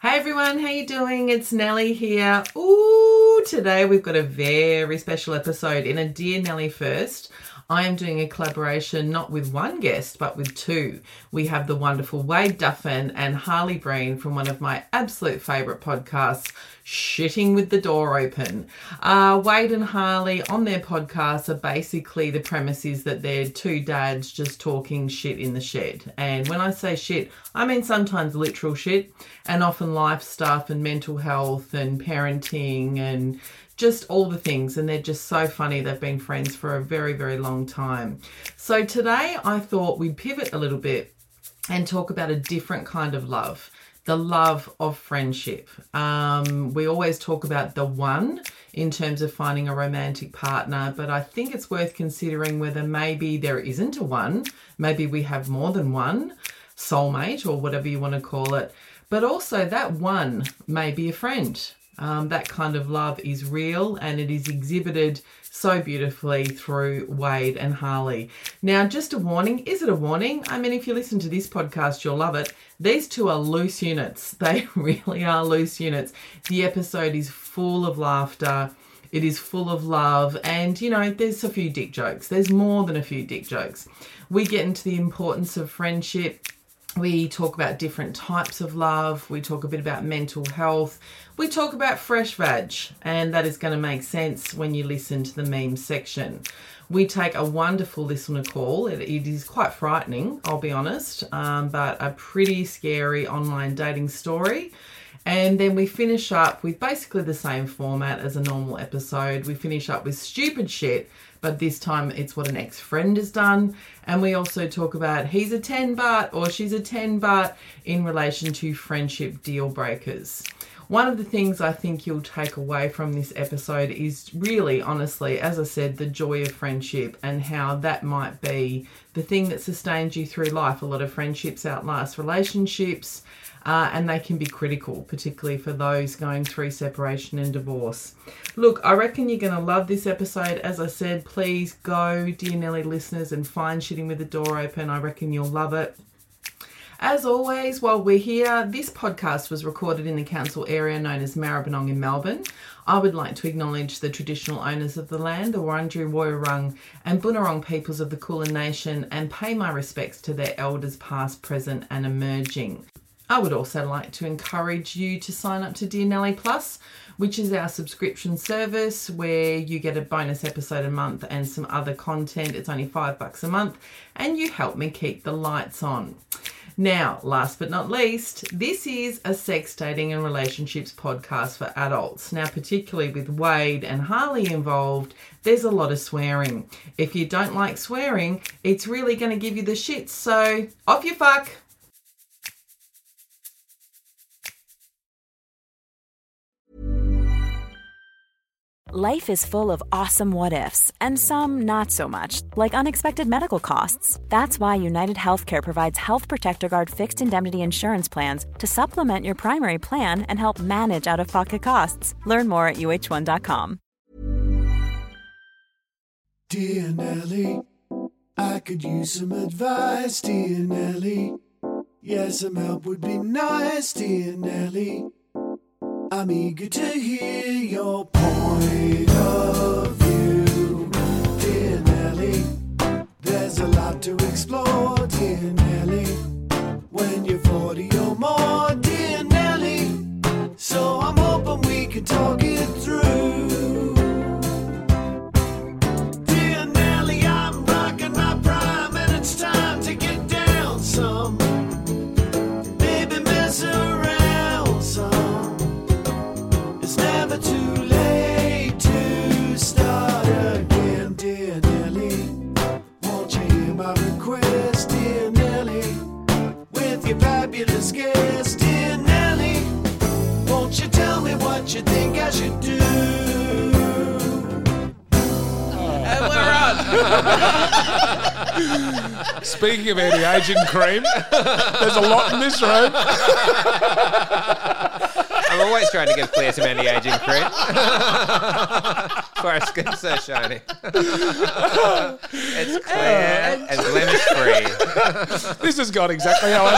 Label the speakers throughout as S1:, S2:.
S1: Hey everyone, how you doing? It's Nellie here. Ooh, today we've got a very special episode in a Dear Nellie first. I am doing a collaboration not with one guest, but with two. We have the wonderful Wade Duffin and Harley Breen from one of my absolute favourite podcasts, Shitting with the Door Open. Uh, Wade and Harley on their podcast are basically the premise is that they're two dads just talking shit in the shed. And when I say shit, I mean sometimes literal shit and often life stuff and mental health and parenting and just all the things and they're just so funny they've been friends for a very very long time so today i thought we'd pivot a little bit and talk about a different kind of love the love of friendship um, we always talk about the one in terms of finding a romantic partner but i think it's worth considering whether maybe there isn't a one maybe we have more than one soulmate or whatever you want to call it but also that one may be a friend um, that kind of love is real and it is exhibited so beautifully through Wade and Harley. Now, just a warning is it a warning? I mean, if you listen to this podcast, you'll love it. These two are loose units, they really are loose units. The episode is full of laughter. It is full of love, and you know, there's a few dick jokes. There's more than a few dick jokes. We get into the importance of friendship, we talk about different types of love. We talk a bit about mental health. We talk about fresh veg, and that is going to make sense when you listen to the meme section. We take a wonderful listener call. It, it is quite frightening, I'll be honest, um, but a pretty scary online dating story. And then we finish up with basically the same format as a normal episode. We finish up with stupid shit, but this time it's what an ex friend has done. And we also talk about he's a 10 baht or she's a 10 baht in relation to friendship deal breakers. One of the things I think you'll take away from this episode is really, honestly, as I said, the joy of friendship and how that might be the thing that sustains you through life. A lot of friendships outlast relationships. Uh, and they can be critical, particularly for those going through separation and divorce. Look, I reckon you're going to love this episode. As I said, please go, dear Nelly listeners, and find Shitting with the Door Open. I reckon you'll love it. As always, while we're here, this podcast was recorded in the council area known as Maribyrnong in Melbourne. I would like to acknowledge the traditional owners of the land, the Wurundjeri Woiwurrung and Bunurong peoples of the Kulin Nation, and pay my respects to their elders past, present, and emerging. I would also like to encourage you to sign up to Dear Nelly Plus, which is our subscription service where you get a bonus episode a month and some other content. It's only five bucks a month, and you help me keep the lights on. Now, last but not least, this is a sex, dating, and relationships podcast for adults. Now, particularly with Wade and Harley involved, there's a lot of swearing. If you don't like swearing, it's really going to give you the shits. So, off you fuck.
S2: Life is full of awesome what ifs, and some not so much, like unexpected medical costs. That's why United Healthcare provides Health Protector Guard fixed indemnity insurance plans to supplement your primary plan and help manage out of pocket costs. Learn more at uh1.com.
S3: Dear Nelly, I could use some advice, dear Nelly. Yeah, some help would be nice, dear Nelly. I'm eager to hear your point of view, dear Nelly. There's a lot to explore, dear Nelly. When you're 40 or more, dear Nelly. So I'm hoping we can talk it through. Dear Nelly, I'm rocking my prime, and it's time to get down some. Maybe mess around some. It's never too late to start again, dear Nelly. Won't you hear my request, dear Nelly? With your fabulous guest, dear Nelly. Won't you tell me what you think I should do?
S1: And we're on.
S4: Speaking of anti-aging cream, there's a lot in this room.
S5: I'm always trying to give Claire some anti-aging cream. For her skin's so shiny. it's clear and blemish free.
S4: This has gone exactly how I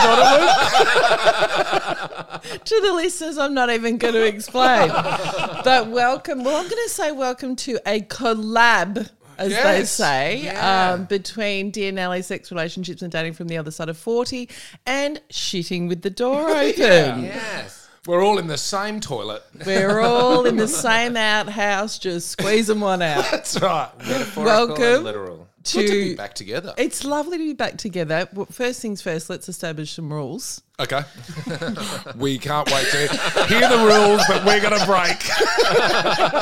S4: thought it would.
S1: to the listeners, I'm not even going to explain. but welcome. Well, I'm going to say welcome to a collab. As they
S6: Yes.
S1: say,
S6: Yeah.
S1: um, between Dear Nelly, sex relationships and dating from the other side of 40, and shitting with the door open.
S5: Yes.
S6: We're all in the same toilet.
S1: We're all in the same outhouse, just squeezing one out.
S6: That's right.
S5: Metaphorical
S1: Welcome.
S5: and literal.
S1: To,
S6: Good to be back together.
S1: It's lovely to be back together. Well, first things first, let's establish some rules.
S6: Okay. we can't wait to hear the rules, but we're going to break.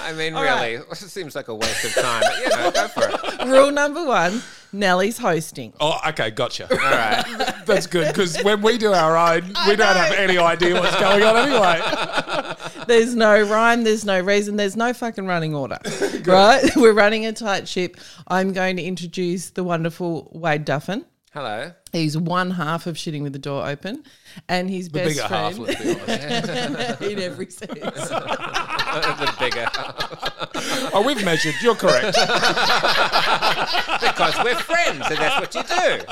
S5: I mean, really, it seems like a waste of time. But, you know, go for it.
S1: Rule number one Nelly's hosting.
S6: Oh, okay. Gotcha.
S5: All right.
S6: That's good because when we do our own, we don't have any idea what's going on anyway.
S1: There's no rhyme, there's no reason, there's no fucking running order, right? We're running a tight ship. I'm going to introduce the wonderful Wade Duffin.
S5: Hello.
S1: He's one half of Shitting with the Door Open, and his
S6: The
S1: best
S6: bigger
S1: friend
S6: half, let's be honest.
S1: in every sense.
S5: the bigger.
S6: Oh, we've measured. You're correct.
S5: Because we're friends, and that's what you do.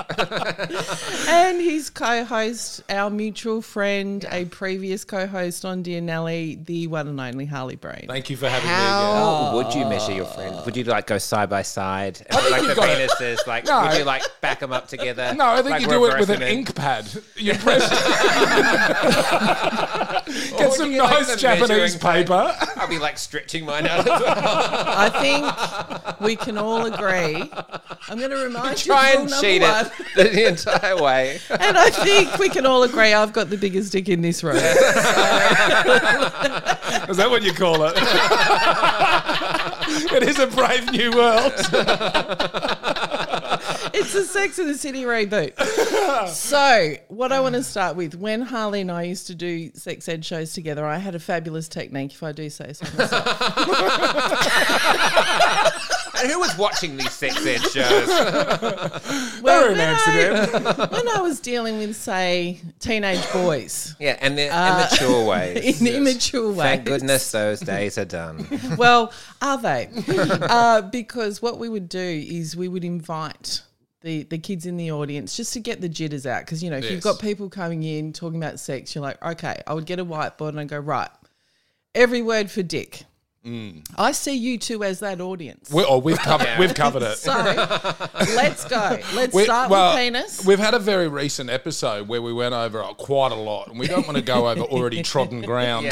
S1: And his co-host, our mutual friend, a previous co-host on Dear Nelly, the one and only Harley Brain.
S6: Thank you for having me again.
S5: How Oh, would you measure your friend? Would you like go side by side? And
S6: Ah. think
S5: like
S6: you've
S5: the
S6: got it.
S5: penises, like
S6: No.
S5: would you like back them up together?
S6: No, I think
S5: Like
S6: you do it with an
S5: reversing
S6: ink pad. You press. Get some
S5: you like
S6: nice
S5: the
S6: Japanese
S5: measuring tape?
S6: paper.
S5: I'll be like stretching mine out as well.
S1: I think we can all agree. I'm going to remind you.
S5: Try
S1: of
S5: and
S1: rule
S5: cheat
S1: number
S5: it
S1: one.
S5: the entire way.
S1: And I think we can all agree I've got the biggest dick in this room.
S6: Is that what you call it? it is a brave new world.
S1: it's a Sex in the City reboot. So, what I want to start with when Harley and I used to do sex ed shows together, I had a fabulous technique, if I do say so myself.
S5: And who was watching these sex ed shows?
S1: Well,
S6: They're in
S1: when I-
S6: Amsterdam.
S1: when I was dealing with, say, teenage boys.
S5: Yeah, and the
S6: Uh,
S5: immature ways.
S1: in immature ways.
S5: Thank goodness those days are done.
S1: Well, are they? uh, because what we would do is we would invite the, the kids in the audience just to get the jitters out. Because, you know, if you've got
S6: Yes.
S1: people coming in talking about sex, you're like, okay, I would get a whiteboard and I'd go, right, every word for dick. I see you two as that audience.
S6: Mm. We, oh, we've covered. We've covered it.
S1: so let's go. Let's
S6: We-
S1: start
S6: well,
S1: with penis.
S6: We've had a very recent episode where we went over uh, quite a lot, and we don't want to go over already trodden ground.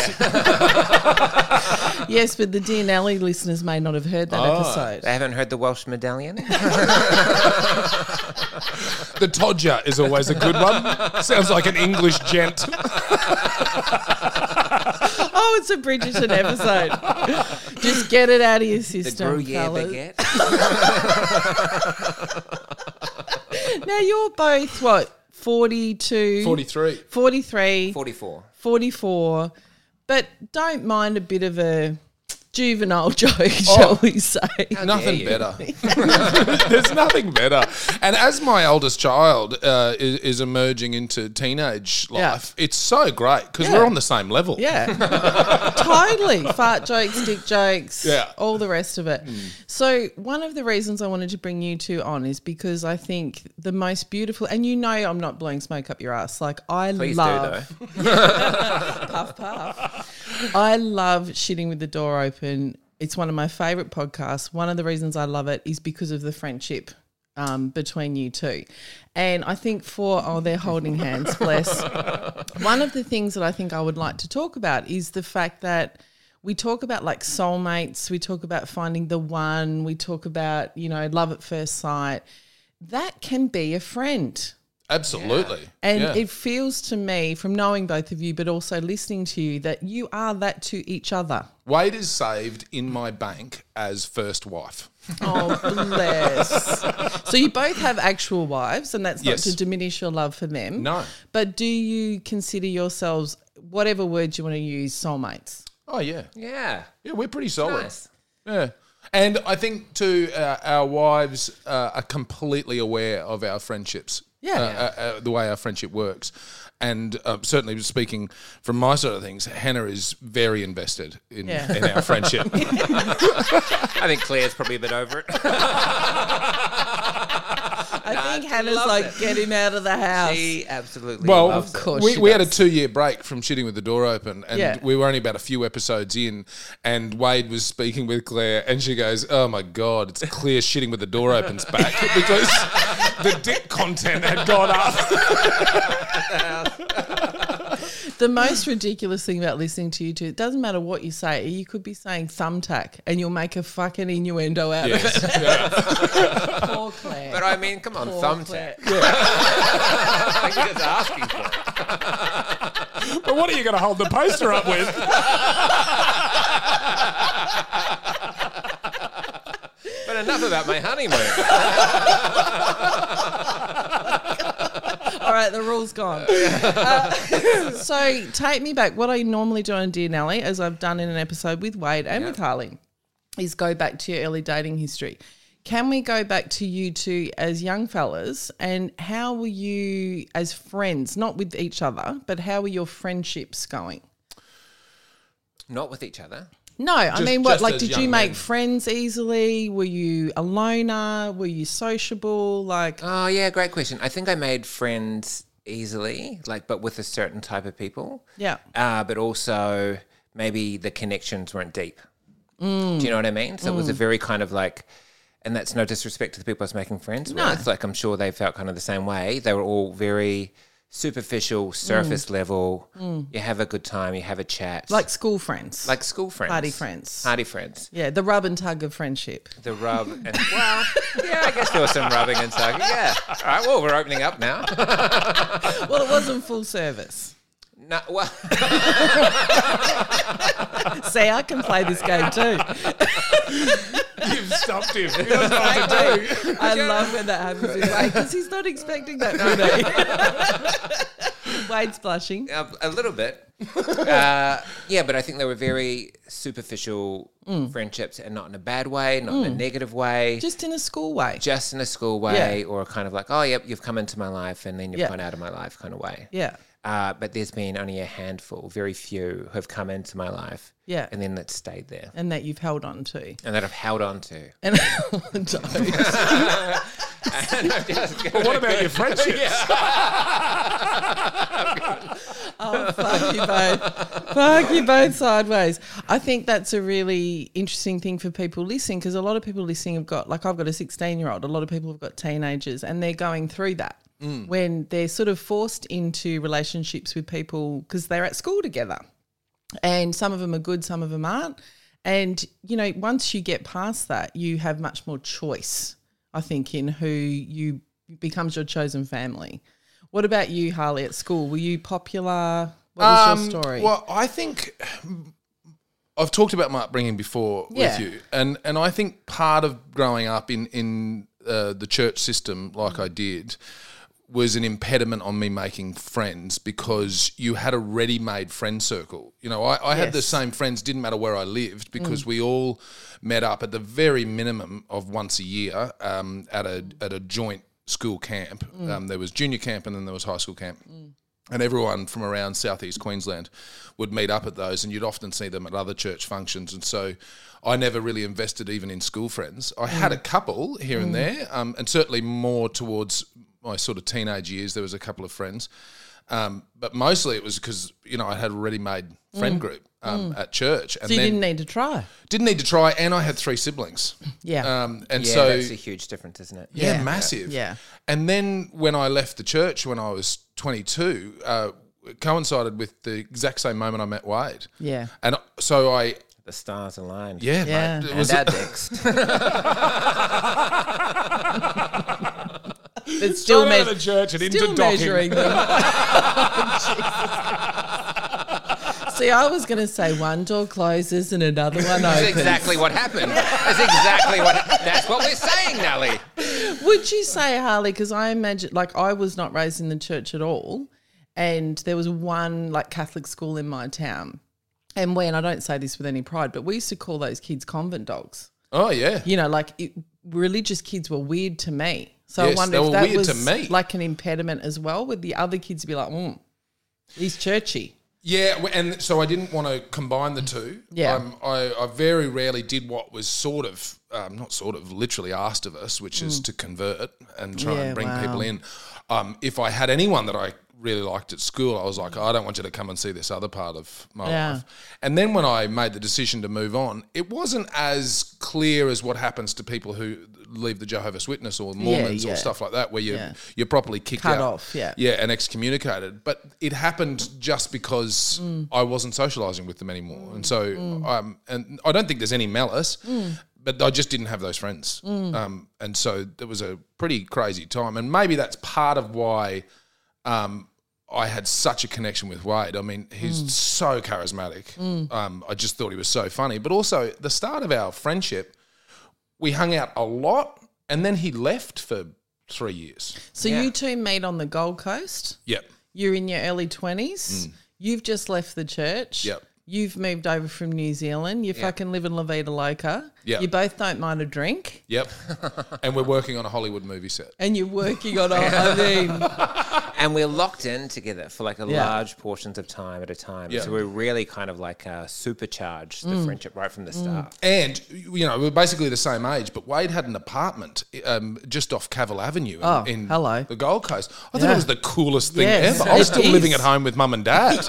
S1: Yes, but the Dean Alley listeners may not have heard that
S6: Ah.
S1: episode.
S5: They haven't heard the Welsh medallion?
S6: The Todger is always a good one. Sounds like an English gent.
S1: Oh, it's a Bridgerton episode. Just get it out of your
S5: The
S1: system,
S5: Gruyere
S1: fellas.
S5: baguette?
S1: Now you're both what 42,
S6: 43.
S1: 43,
S5: 44.
S1: 44, but don't mind a bit of a juvenile joke, shall we say?
S6: Nothing better. There's nothing better. And as my oldest child uh, is, is emerging into teenage
S1: Yeah.
S6: life, it's so great because
S1: Yeah.
S6: we're on the same level.
S1: Yeah, totally. Fart jokes, dick jokes,
S6: Yeah.
S1: all the rest of it. So one of the reasons I wanted to bring you two on is because I think the most beautiful, and you know, I'm not blowing smoke up your ass. Like I
S5: Please
S1: love.
S5: do, though.
S1: puff puff. I love shitting with the door open. It's one of my favorite podcasts. One of the reasons I love it is because of the friendship um, between you two, and I think for oh they're holding hands. Bless. one of the things that I think I would like to talk about is the fact that. We talk about like soulmates, we talk about finding the one, we talk about, you know, love at first sight. That can be a friend.
S6: Absolutely.
S1: And
S6: Yeah.
S1: it feels to me, from knowing both of you, but also listening to you, that you are that to each other.
S6: Wade is saved in my bank as first wife.
S1: Oh, bless. so you both have actual wives, and that's not
S6: Yes.
S1: to diminish your love for them.
S6: No.
S1: But do you consider yourselves, whatever words you want to use, soulmates?
S6: Oh, yeah.
S5: Yeah.
S6: Yeah, we're pretty solid.
S5: Nice.
S6: Yeah. And I think too, uh, our wives uh, are completely aware of our friendships.
S1: Yeah.
S6: Uh, uh, uh, the way our friendship works, and uh, certainly speaking from my side of things, Hannah is very invested in,
S1: Yeah.
S6: in our friendship.
S5: I think Claire's probably a bit over it.
S1: I think think Hannah's
S5: loved
S1: like
S5: it.
S1: getting out of the house.
S5: She absolutely
S6: Well,
S5: loves
S1: Of course
S6: we,
S1: she
S6: we had a
S1: does.
S6: two year break from shitting with the door open, and
S1: Yeah.
S6: we were only about a few episodes in. And Wade was speaking with Claire, and she goes, "Oh my god, it's clear shitting with the door open's back because the dick content had gone up."
S1: The most ridiculous thing about listening to you two, it doesn't matter what you say, you could be saying thumbtack and you'll make a fucking innuendo out of
S6: Yes.
S1: it.
S6: Yeah.
S1: Poor Claire.
S5: But I mean, come on,
S1: Poor
S5: thumbtack.
S1: Claire.
S5: Like, you're just asking for it.
S6: But what are you going to hold the poster up with?
S5: But enough about my honeymoon.
S1: All right, the rule's gone. Uh, so take me back. What I normally do on Dear Nelly, as I've done in an episode with Wade and with Harley, is go back to your early dating history. Can we go back to you two as young fellas and how were you as friends, not with each other, but how were your friendships going?
S5: Not with each other.
S1: No, I
S6: Just-
S1: mean, what?
S6: just
S1: Like,
S6: as
S1: did
S6: young
S1: you make
S6: men.
S1: friends easily? Were you a loner? Were you sociable? Like,
S6: Uh,
S5: Oh yeah, great question. I think I made friends easily, like, but with a certain type of people.
S1: yeah,
S5: Uh, but also maybe the connections weren't deep.
S1: Mm.
S5: Do you know what I mean? So it was a very kind of like, and that's no disrespect to the people I was making friends with. Like I'm sure they felt kind of the same way. They were all very superficial,
S1: Mm.
S5: surface level. You have a good time, you have a chat,
S1: like school friends,
S5: like school friends,
S1: party friends.
S5: party friends.
S1: Yeah, the rub and tug of friendship.
S5: The rub and well, yeah, I guess there was some rubbing and tugging. Yeah. All right. Well, we're opening up now.
S1: Well, it wasn't full service.
S5: no, well,
S1: See, I can play this game too.
S6: You've stopped him. He doesn't know what to do.
S1: I love when that happens with Wade because he's not expecting that from me. Wade's blushing.
S5: a, a little bit. Uh, yeah, but I think they were very superficial
S6: Hmm.
S5: friendships, and not in a bad way, not in a negative way, just,
S1: Just in a school way.
S5: in a school way, or a kind of like, oh, yep, you've come into my life, and then you've
S1: Yeah.
S5: gone out of my life kind of way.
S1: Yeah.
S5: Uh, but there's been only a handful, very few, who have come into my life,
S1: Yeah.
S5: and then that stayed there,
S1: And that you've held on to.
S5: and that I've held on to.
S1: And
S5: And I've just
S6: But what about your friendships?
S1: Oh, fuck you both. Fuck you both sideways. I think that's a really interesting thing for people listening because a lot of people listening have got, like, I've got a 16 year old, a lot of people have got teenagers, and they're going through that
S6: Mm.
S1: when they're sort of forced into relationships with people because they're at school together. And some of them are good, some of them aren't. And, you know, once you get past that, you have much more choice, I think, in who you becomes your chosen family. What about you, Harley, at school? Were you popular? What was your
S6: Um,
S1: story?
S6: Well, I think I've talked about my upbringing before
S1: Yeah.
S6: with you, and and I think part of growing up in in uh, the church system, like I did, was an impediment on me making friends because you had a ready-made friend circle. You know, I, I had the
S1: Yes. Mm.
S6: same friends, didn't matter where I lived, because we all met up at the very minimum of once a year um, at a at a joint school camp.
S1: Mm.
S6: Um, there was junior camp, and then there was high school camp and everyone from around southeast Queensland would meet up at those, and you'd often see them at other church functions. And so, I never really invested even in school friends. I had a couple here and there, um, and certainly more towards my sort of teenage years. There was a couple of friends, um, but mostly it was because you know I had a ready-made friend group um, at church, and
S1: so you
S6: then
S1: didn't
S6: didn't,
S1: need to try.
S6: need to try. And I had three siblings,
S1: Yeah.
S6: um, and
S5: yeah,
S6: so
S5: that's a huge difference, isn't it?
S6: yeah, massive.
S1: Yeah.
S6: And then when I left the church when I was 22, uh, it coincided with the exact same moment I met Wade.
S1: yeah.
S6: And so I,
S5: The stars aligned.
S1: Yeah.
S6: yeah, mate,
S1: And
S6: it
S5: and
S6: was
S5: that dicks.
S1: But still,
S6: out of
S1: meas-
S6: the church and into
S1: still
S6: docking.
S1: measuring them. Jesus. See, I was going to say one door closes and another one
S5: That's
S1: opens.
S5: exactly what happened. That's exactly what. That's what we're saying, Nelly.
S1: Would you say, Harley, because I imagine, like, I was not raised in the church at all. And there was one, like, Catholic school in my town. And when, I don't say this with any pride, but we used to call those kids convent dogs.
S6: oh, yeah.
S1: You know, like, it, religious kids were weird to me. So I
S6: Yes,
S1: wonder
S6: they
S1: if
S6: were
S1: that
S6: weird
S1: was
S6: to me.
S1: like an impediment as well. Would the other kids be like, mm, he's churchy?
S6: Yeah, w- and so I didn't want to combine the two.
S1: Yeah.
S6: um, I, I very rarely did what was sort of um, not sort of literally asked of us, which is to convert and try
S1: Mm. Yeah,
S6: and bring
S1: wow.
S6: people in. Um, if I had anyone that I really liked at school, I was like, I don't want you to come and see this other part of my
S1: Yeah.
S6: life. And then when I made the decision to move on, it wasn't as clear as what happens to people who leave the Jehovah's Witness or Mormons
S1: yeah.
S6: or stuff like that, where you
S1: Yeah.
S6: you're properly kicked
S1: Cut
S6: out.
S1: off, yeah.
S6: yeah, and excommunicated. But it happened just because
S1: Mm.
S6: I wasn't socializing with them anymore, and so um, and I don't think there's any malice.
S1: Mm.
S6: But I just didn't have those friends, um, and so it was a pretty crazy time. And maybe that's part of why um, I had such a connection with Wade. I mean, he's
S1: Mm.
S6: so charismatic. Um, I just thought he was so funny. But also, the start of our friendship, we hung out a lot, and then he left for three years.
S1: So you two meet on the Gold Coast.
S6: Yep.
S1: You're in your early 20s. You've just left the church.
S6: Mm. Yep.
S1: You've moved over from New Zealand. You fucking live in La Vida Loca.
S6: Yeah.
S1: You both don't mind a drink.
S6: Yep. and we're working on a Hollywood movie set.
S1: And you're working on, a- I mean,
S5: and we're locked in together for like a
S1: Yeah.
S5: large portions of time at a time.
S6: Yeah.
S5: So we really kind of like uh, supercharged the friendship right from the start.
S6: And, you know, we're basically the same age, but Wade had an apartment um, just off Cavill Avenue in,
S1: Oh,
S6: in
S1: hello.
S6: the Gold Coast. I thought
S1: Yeah.
S6: it was the coolest thing
S1: Yes,
S6: ever. I was
S1: it
S6: still
S1: is.
S6: living at home with mum and dad.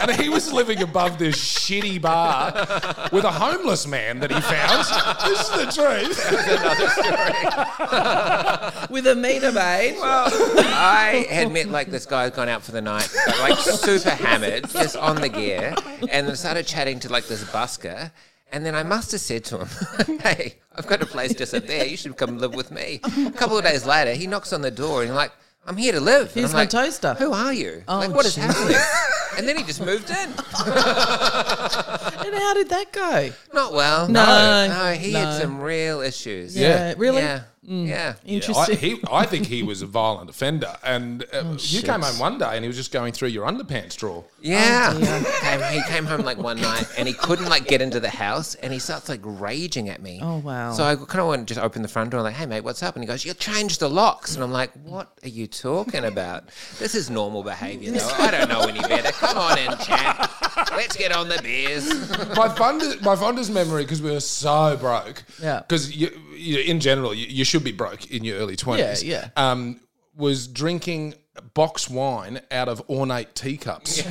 S6: and he was living above this shitty bar with a homeless man that he found. this is the truth.
S1: with a meter maid.
S5: I had met like this guy who'd gone out for the night, but, like super hammered, just on the gear, and then started chatting to like this busker. And then I must have said to him, Hey, I've got a place just up there. You should come live with me. A couple of days later, he knocks on the door and he's like, I'm here to live. And
S1: Here's
S5: I'm
S1: my
S5: like,
S1: toaster. Oh,
S5: Who are you? like, what is happening? And then he just moved in.
S1: and how did that go?
S5: Not well.
S1: No,
S5: No, he
S1: no.
S5: had some real issues.
S6: Yeah.
S1: Uh, really? Mm.
S5: Yeah. Yeah.
S1: Interesting. Oh,
S6: I, he, I think he was a violent offender. And uh, you came home one day and he was just going through your underpants drawer.
S5: Yeah. Came- he came home like one night and he couldn't like get into the house and he starts like raging at me.
S1: Oh, wow.
S5: So I kind of want to just open the front door like, hey mate, what's up? And he goes, you changed the locks. And I'm like, what are you talking about? This is normal behavior though. I don't know any better. Come on in, chat. Let's get on the beers.
S6: my fondest, my fondest memory because we were so broke.
S1: Yeah.
S6: Because you, you, in general, you, you should be broke in your early twenties.
S1: Yeah,
S6: Um, was drinking box wine out of ornate teacups.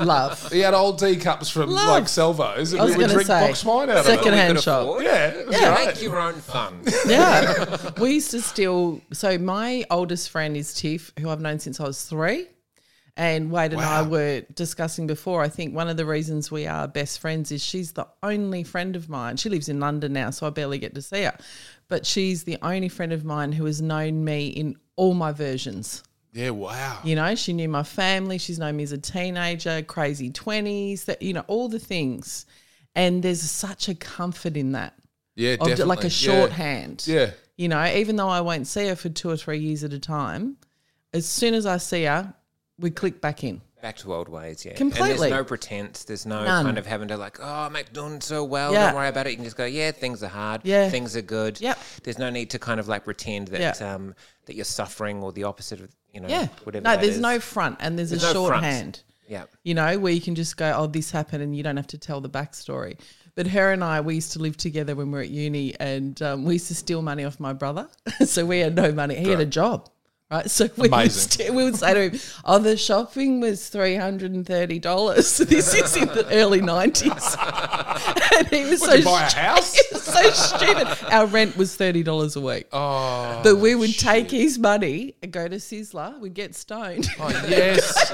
S1: Love.
S6: He had old teacups from
S1: Love.
S6: like Salvos, and
S1: I was
S6: we would
S1: gonna
S6: drink
S1: say,
S6: box wine out of it.
S1: Secondhand shop.
S6: Yeah, it was great.
S5: Make your own fun.
S1: Yeah. we used to steal. So my oldest friend is Tiff, who I've known since I was three. And Wade and I were discussing before. I think one of the reasons we are best friends is she's the only friend of mine. She lives in London now, so I barely get to see her. But she's the only friend of mine who has known me in all my versions.
S6: Yeah, wow.
S1: You know, she knew my family. She's known me as a teenager, crazy 20s, that, you know, all the things. And there's such a comfort in that,
S6: Yeah,
S1: of
S6: definitely.
S1: like a
S6: Yeah.
S1: shorthand.
S6: Yeah.
S1: You know, even though I won't see her for two or three years at a time, as soon as I see her, we click back in.
S5: Back to old ways, yeah. And
S1: Completely.
S5: there's no pretense. There's no
S1: None.
S5: kind of having to like, oh, I'm doing so well.
S1: Yeah.
S5: Don't worry about it. You can just go, yeah, things are hard.
S1: Yeah.
S5: Things are good.
S1: Yep.
S5: There's no need to kind of like pretend that
S1: Yeah.
S5: um that you're suffering or the opposite of you know
S1: Yeah.
S5: whatever.
S1: no,
S5: that
S1: there's
S5: is.
S1: no front and there's, a
S5: There's no front.
S1: shorthand.
S5: Yeah.
S1: You know, where you can just go, oh, this happened, and you don't have to tell the backstory. But her and I, we used to live together when we were at uni, and um, we used to steal money off my brother. so we had no money. He had a job, right? So we would,
S6: Amazing.
S1: st- we would say to him, oh, the shopping was $330. this is in the early 90s. and he was so
S6: Did you buy a house?
S1: It's so stupid. Our rent was thirty dollars a week. Oh, but we would take his money and go to Sizzler. We'd get stoned,
S6: yes.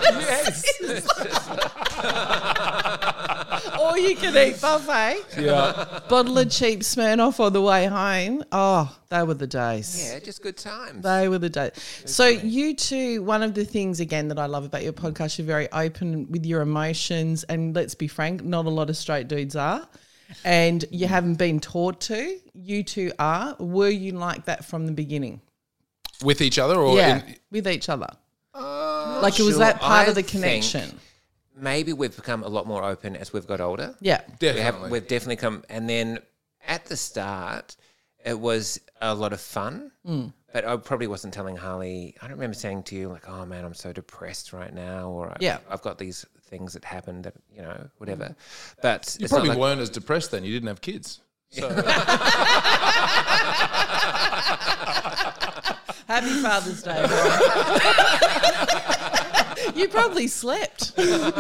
S6: yes.
S1: or you could eat buffet.
S6: Yeah.
S1: Bottle of cheap Smirnoff on the way home. Oh, they were the days.
S5: Yeah, just good times.
S1: They were the days. So you two, one of the things again that I love about your podcast, you're very open with your emotions, and let's be frank, not a lot of straight dudes are. And
S5: Mm.
S1: you haven't been taught to. You two are. Were you like that from the beginning?
S6: With each other or
S1: yeah,
S6: in,
S1: with each other. like it was
S5: Uh, sure.
S1: that part
S5: I
S1: of the
S5: think-
S1: connection.
S5: Maybe we've become a lot more open as we've got older.
S1: Yeah,
S5: we
S6: definitely.
S5: have we've definitely
S6: Hmm.
S5: come and then at the start it was a lot of fun But I probably wasn't telling Harley. I don't remember saying to you like, "Oh man, I'm so depressed right now," or I've,
S1: Yeah.
S5: I've got these things that happened that you know, whatever." But
S6: Hmm. You
S5: it's
S6: probably
S5: not like,
S6: weren't as depressed then. You didn't have kids.
S1: Happy Father's Day. Brian. you probably slept.
S6: No,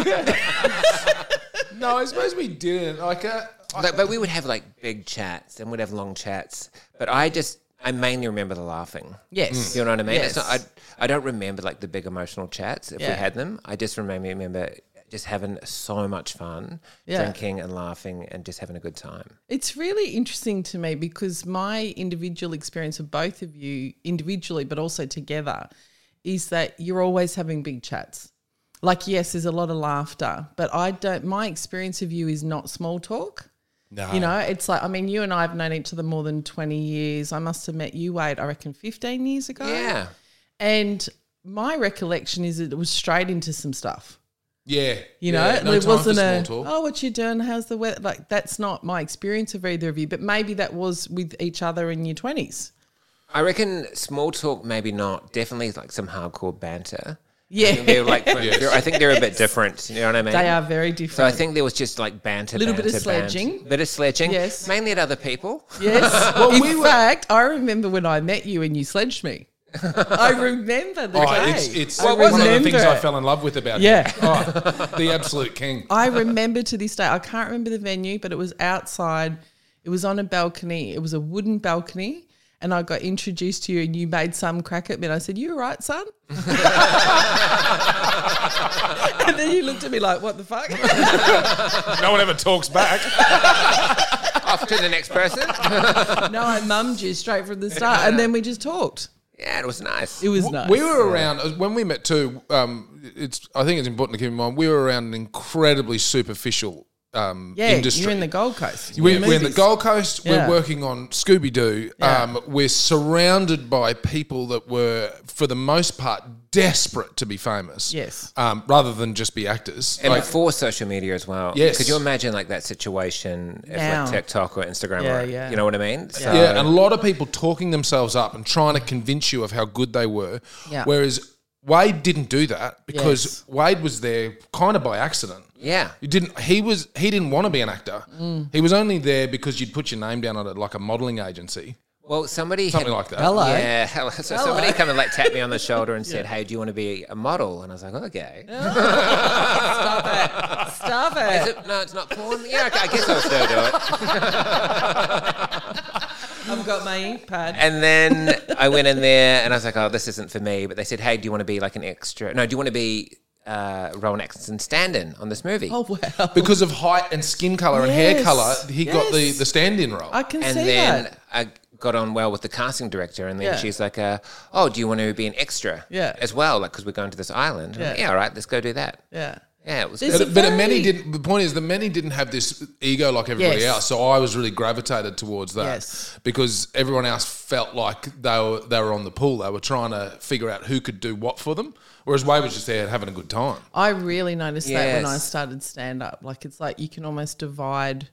S6: I suppose we didn't. Like, uh, I-
S5: like, but we would have like big chats and we'd have long chats. But I just, I mainly remember the laughing.
S1: Yes.
S5: You know what I mean? It's not,
S1: Yes.
S5: I, I don't remember like the big emotional chats if we
S1: Yeah.
S5: had them. I just remember, remember just having so much fun,
S1: Yeah.
S5: drinking and laughing and just having a good time.
S1: It's really interesting to me because my individual experience of both of you individually, but also together, is that you're always having big chats. Like, yes, there's a lot of laughter, but I don't, my experience of you is not small talk.
S6: no.
S1: You know, it's like, I mean, you and I have known each other more than 20 years. I must have met you, Wade, I reckon 15 years ago.
S5: Yeah.
S1: And my recollection is that it was straight into some stuff.
S6: yeah,
S1: You
S6: yeah,
S1: know,
S6: no
S1: it
S6: time for
S1: wasn't
S6: small
S1: a
S6: talk.
S1: oh, what you doing? How's the weather? Like that's not my experience of either of you, but maybe that was with each other in your twenties.
S5: I reckon small talk, maybe not. Definitely like some hardcore banter.
S1: Yeah,
S5: They're like, they're- I think they're a bit different. You know what I mean?
S1: they are very
S5: So I
S1: different.
S5: think there was just like banter,
S1: Little bit of
S5: banter, banter.
S1: sledging.
S5: bit of sledging,
S1: Yes.
S5: mainly at other people.
S1: yes. in
S6: we were-
S1: fact, I remember when I met you and you sledged me. I remember the
S6: Oh,
S1: day.
S6: it's it's
S1: I
S6: one of the
S1: remember
S6: things I
S1: it.
S6: fell in love with about
S1: Yeah.
S6: him. Oh, the absolute king.
S1: I remember to this day. I can't remember the venue, but it was outside. It was on a balcony. It was a wooden balcony. And I got introduced to you, and you made some crack at me. And I said, "You all right, son?" and then you looked at me like, "What the fuck?"
S6: No one ever talks back.
S5: Off to the next person.
S1: no, I mummed you straight from the start, and then we just talked.
S5: yeah, it was nice.
S1: It was
S6: W-
S1: nice.
S6: We were around uh, when we met too. Um, it's I think it's important to keep in mind we were around an incredibly superficial um,
S1: yeah,
S6: industry.
S1: you're in the Gold Coast.
S6: We-
S1: Yeah.
S6: We're, in the
S1: Movies.
S6: Gold Coast.
S1: Yeah.
S6: We're working on Scooby Doo.
S1: Yeah.
S6: Um, we're surrounded by people that were, for the most part, desperate to be famous.
S1: Yes.
S6: Um, rather than just be actors.
S5: And
S6: Like,
S5: before social media as well.
S6: Yes.
S5: Could you imagine like that situation if
S1: Now.
S5: like TikTok or Instagram
S1: Yeah,
S5: or
S1: yeah.
S5: you know what I mean? So
S6: yeah, and a lot of people talking themselves up and trying to convince you of how good they were.
S1: Yeah.
S6: Whereas Wade didn't do that because
S1: Yes.
S6: Wade was there kind of by accident.
S5: yeah.
S6: You didn't. He was. He didn't want to be an actor.
S1: Mm.
S6: He was only there because you'd put your name down on it like a modeling agency,
S5: Well somebody
S6: something
S5: had,
S6: like that.
S1: Hello.
S5: Yeah, hello. So somebody kind of like tapped me on the shoulder and said, "Hey, do you want to be a model?" And I was like, "Okay."
S1: Stop it! Stop
S5: Is
S1: it!
S5: it, no, it's not porn. Yeah, okay, I guess I'll still do it.
S1: I've got my ink pad.
S5: And then I went in there and I was like, oh, this isn't for me. But they said, hey, do you want to be like an extra? No, do you want to be uh, Rowan Atkinson stand-in on this movie?
S1: oh wow!
S6: because of height and skin color and hair
S1: Yes.
S6: color, he got the,
S1: Yes.
S6: the stand-in role.
S1: I can
S5: and
S1: see
S5: then
S1: that.
S5: I got on well with the casting director. And then
S1: Yeah.
S5: she's like, uh, oh, do you want to be an extra
S1: Yeah.
S5: as well? Like, because we're going to this island. Yeah.
S1: Yeah.
S5: Like, yeah, all right, let's go do that.
S1: Yeah.
S5: Yeah, it was
S1: This
S5: good.
S1: is-
S6: but, but the many
S1: very-
S6: didn't. The point is, the many didn't have this ego like everybody
S1: Yes.
S6: else. So I was really gravitated towards that
S1: Yes.
S6: because everyone else felt like they were they were on the pool. They were trying to figure out who could do what for them. Whereas Wade was just there having a good time.
S1: I really noticed that when I
S5: Yes.
S1: started stand up. Like it's like you can almost divide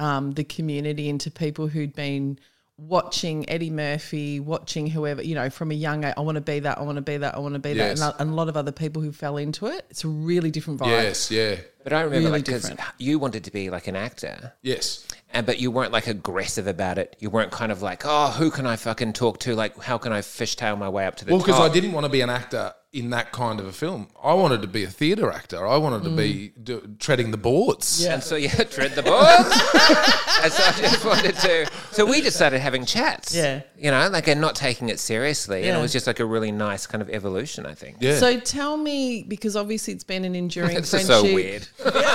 S1: um, the community into people who'd been watching Eddie Murphy, watching whoever, you know, from a young age. I want to be that. I want to be that. I want to be
S6: Yes.
S1: that. And, a- and a lot of other people who fell into it. It's a really different vibe.
S6: Yes, yeah,
S5: But I remember,
S1: really
S5: like 'cause
S1: different.
S5: you wanted to be like an actor.
S6: yes.
S5: And, but you weren't like aggressive about it. You weren't kind of like, oh, who can I fucking talk to? Like, how can I fishtail my way up to the
S6: Well,
S5: top?
S6: because I didn't want to be an actor in that kind of a film. I wanted to be a theatre actor. I wanted to be do, treading the boards.
S5: And so, yeah, tread the boards. and so I just wanted to. So we just started having chats.
S1: Yeah.
S5: You know, like, and not taking it seriously. And
S1: Yeah.
S5: it was just like a really nice kind of evolution, I think.
S6: Yeah.
S1: So tell me, because obviously it's been an enduring
S5: It's just
S1: friendship.
S5: so weird.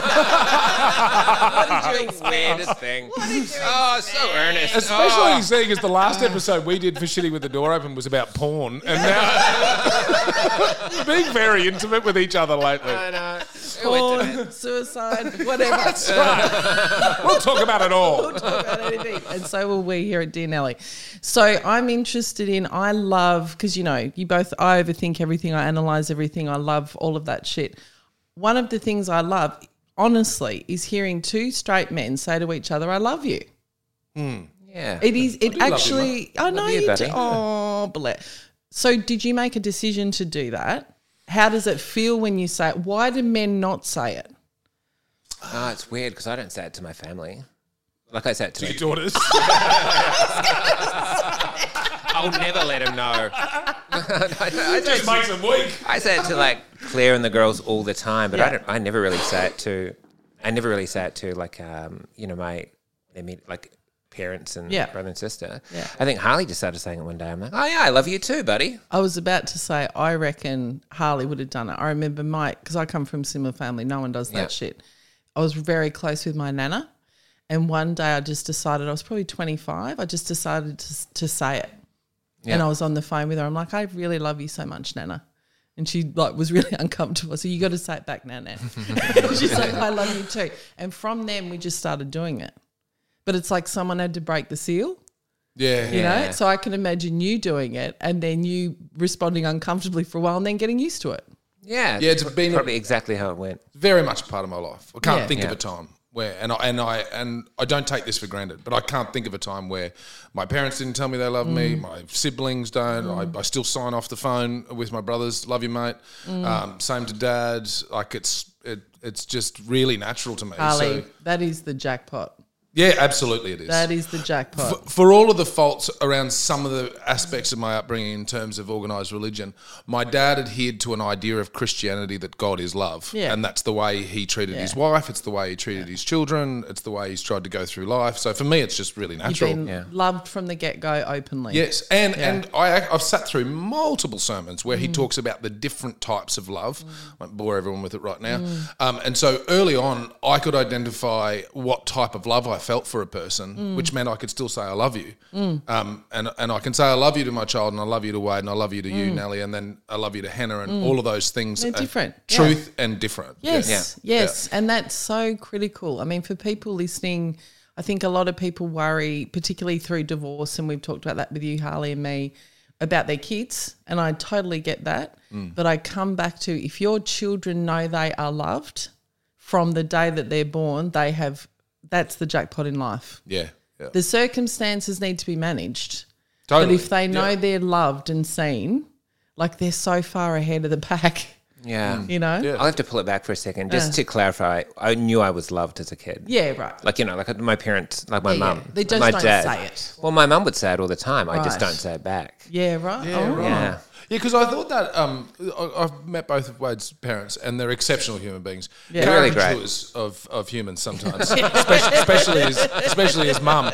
S1: What did you
S5: It's the weirdest thing. Oh, so earnest.
S6: Especially
S5: Oh.
S6: seeing as the last episode we did for Shitty with the Door Open was about porn, and now being very intimate with each other lately.
S5: Oh, I know. Who went to
S1: Porn, suicide, whatever.
S6: We'll talk about it all.
S1: talk about anything. And so will we here at Dear Nelly. So I'm interested in, I love, because you know, you both, I overthink everything, I analyze everything, I love all of that shit. One of the things I love, honestly, is hearing two straight men say to each other, I love you.
S5: that? Yeah.
S1: It is, it
S6: love you,
S1: actually, I know
S5: you,
S1: you do.
S5: buddy.
S1: Oh, can't believe. So, did you make a decision to do that? How does it feel when you say it? Why do men not say it?
S5: Ah, it's weird because I don't say it to my family. Like I say it to my
S6: Your daughters.
S5: I'll never let him know. I,
S6: just makes them weak.
S5: I say it to like Claire and the girls all the time, but
S1: Yeah.
S5: I don't. I never really say it to. I never really say it to like um, you know my I mean like parents and
S1: Yeah.
S5: brother and sister.
S1: Yeah.
S5: I think Harley just started saying it one day. I'm like, oh yeah, I love you too, buddy.
S1: I was about to say, I reckon Harley would have done it. I remember Mike, because I come from a similar family, no one does that
S5: Yeah.
S1: shit. I was very close with my nana. And one day I just decided, I was probably 25, I just decided to, to say it. And
S5: Yeah.
S1: I was on the phone with her. I'm like, I really love you so much, nana. And she like was really uncomfortable. So you got to say it back now, Nan. She's like, I love you too. And from then we just started doing it. But it's like someone had to break the seal
S6: Yeah.
S1: you know
S5: Yeah.
S1: so i can imagine you doing it and then you responding uncomfortably for a while and then getting used to it
S5: Yeah,
S6: Yeah, it's
S5: pr-
S6: been a-
S5: probably exactly how it went.
S6: very much a part of my life. I can't
S1: Yeah.
S6: think of
S5: Yeah.
S6: a time where, and I, and I and I don't take this for granted, but I can't think of a time where my parents didn't tell me they love
S1: Mm.
S6: me, my siblings don't. I, I still sign off the phone with my brothers, love you, mate.
S1: Mm.
S6: Um, same to dad. Like it's it, it's just really natural to me.
S1: ali
S6: So
S1: that is the jackpot
S6: yeah, absolutely it is.
S1: that is the jackpot
S6: for, for all of the faults around some of the aspects of my upbringing in terms of organized religion, my dad adhered to an idea of Christianity that God is love.
S1: Yeah.
S6: And that's the way he treated his
S1: Yeah.
S6: wife, it's the way he treated his children, it's the way he's tried to go through life. So for me, it's just really
S1: you've
S6: natural.
S1: been loved from the get-go openly
S6: Yes, and and I, I've sat through multiple sermons where
S1: Mm.
S6: he talks about the different types of love. I won't bore everyone with it right now.
S1: Mm.
S6: Um, and so early on, I could identify what type of love I felt for a person,
S1: Mm.
S6: which meant I could still say I love you. Um, and and I can say I love you to my child, and I love you to Wade, and I love you to you, Nellie, and then I love you to Hannah, and all of those things
S1: Mm. They're
S6: are
S1: different, yeah.
S6: truth and different.
S1: Yes, yes. And that's so critical. I mean, for people listening, I think a lot of people worry, particularly through divorce, and we've talked about that with you, Harley, and me, about their kids. And I totally get that.
S6: Mm.
S1: But I come back to if your children know they are loved from the day that they're born, they have that's the jackpot in life.
S6: yeah, yeah.
S1: The circumstances need to be managed.
S6: Totally.
S1: But if they know
S6: Yeah.
S1: they're loved and seen, like they're so far ahead of the pack,
S5: Yeah.
S1: you know?
S6: Yeah.
S5: I'll have to pull it back for a second just to clarify. I knew I was loved as a kid.
S1: Yeah, right.
S5: Like you know, like my parents, like my
S1: Yeah, yeah.
S5: mum,
S1: They just
S5: my
S1: don't say it.
S5: Well, my mum would say it all the time. I just
S1: Right.
S5: don't say it back.
S1: Yeah, right. Oh,
S5: Yeah.
S6: Yeah, because I thought that um, I- I've met both of Wade's parents, and they're exceptional human beings.
S1: Yeah.
S5: They're really great.
S6: Caricatures of, of humans sometimes, especially, especially his especially his mum.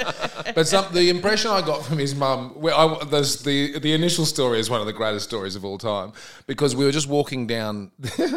S6: But some, the impression I got from his mum, where I, there's the the initial story is one of the greatest stories of all time because we were just walking down, we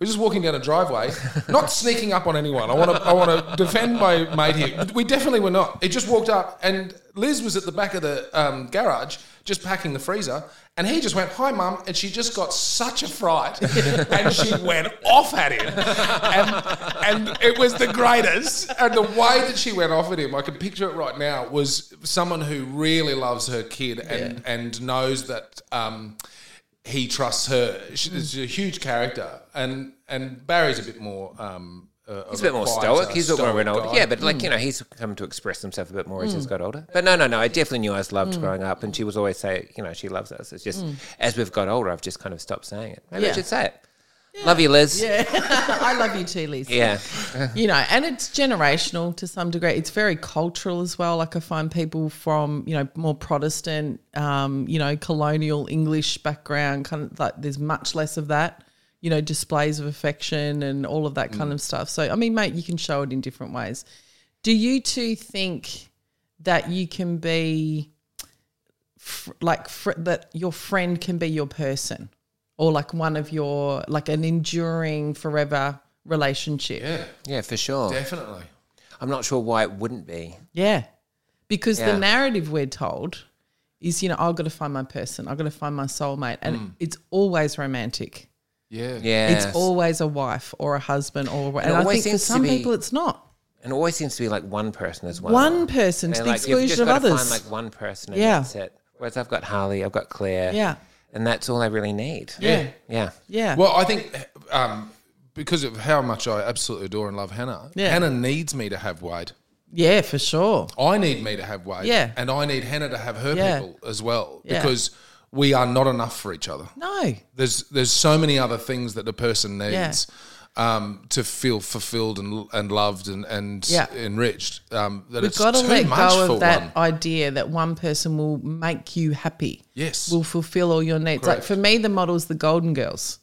S6: were just walking down a driveway, not sneaking up on anyone. I want to I want to defend my mate here. We definitely were not. It just walked up, and Liz was at the back of the um, garage just packing the freezer. And he just went, Hi, mum. And she just got such a fright. and she went off at him. And, and it was the greatest. And the way that she went off at him, I can picture it right now, was someone who really loves her kid and, and knows that um, he trusts her. She, She's a huge character. And, and Barry's a bit more. Um, uh,
S5: He's a bit more stoic. He's a bit more older. Yeah, but
S1: Mm.
S5: like, you know, he's come to express himself a bit more as he's got older. But no, no, no. I definitely knew I was
S1: Mm.
S5: loved growing up. And she was always say, you know, she loves us. It's just as we've got older, I've just kind of stopped saying it. Maybe
S1: Yeah.
S5: I should say it. Love you, Liz. Yeah.
S1: I love you too, Liz.
S5: Yeah.
S1: You know, and it's generational to some degree. It's very cultural as well. Like I find people from, you know, more Protestant, um, you know, colonial English background, kind of like there's much less of that, you know, displays of affection and all of that kind of stuff. So, I mean, mate, you can show it in different ways. Do you two think that you can be fr- like fr- that your friend can be your person or like one of your like an enduring forever relationship yeah,
S5: for sure.
S6: Definitely.
S5: I'm not sure why it wouldn't be.
S1: because the
S5: Yeah.
S1: narrative we're told is you know i've got to find my person i've got to find my soulmate and it's always romantic
S6: Yeah.
S5: Yeah.
S1: it's always a wife or a husband or and, i
S5: always
S1: think for
S5: seems to
S1: some
S5: be-
S1: people it's not
S5: and it always seems to be like one person as well.
S1: one person to
S5: They're
S1: the
S5: like, you've just
S1: exclusion of
S5: got to
S1: others
S5: find like one person and
S1: Yeah.
S5: that's it. Whereas I've got Harley, I've got Claire.
S1: yeah
S5: And that's all I really need.
S1: yeah
S5: Yeah.
S1: yeah
S6: Well, I think um, because of how much I absolutely adore and love Hannah,
S1: Yeah.
S6: Hannah needs me to have Wade.
S1: yeah for sure
S6: I need me to have Wade.
S1: Yeah.
S6: And I need Hannah to have her
S1: Yeah.
S6: people as well.
S1: Yeah.
S6: Because we are not enough for each other.
S1: No.
S6: There's there's so many other things that the person
S1: Yeah.
S6: needs um, to feel fulfilled and and loved and and
S1: Yeah.
S6: enriched. Um, that
S1: We've
S6: it's
S1: got to
S6: too
S1: let
S6: much
S1: go
S6: for
S1: of that
S6: one.
S1: idea that one person will make you happy.
S6: Yes.
S1: Will fulfill all your needs. Like
S6: Correct.
S1: for me, the model's the Golden Girls.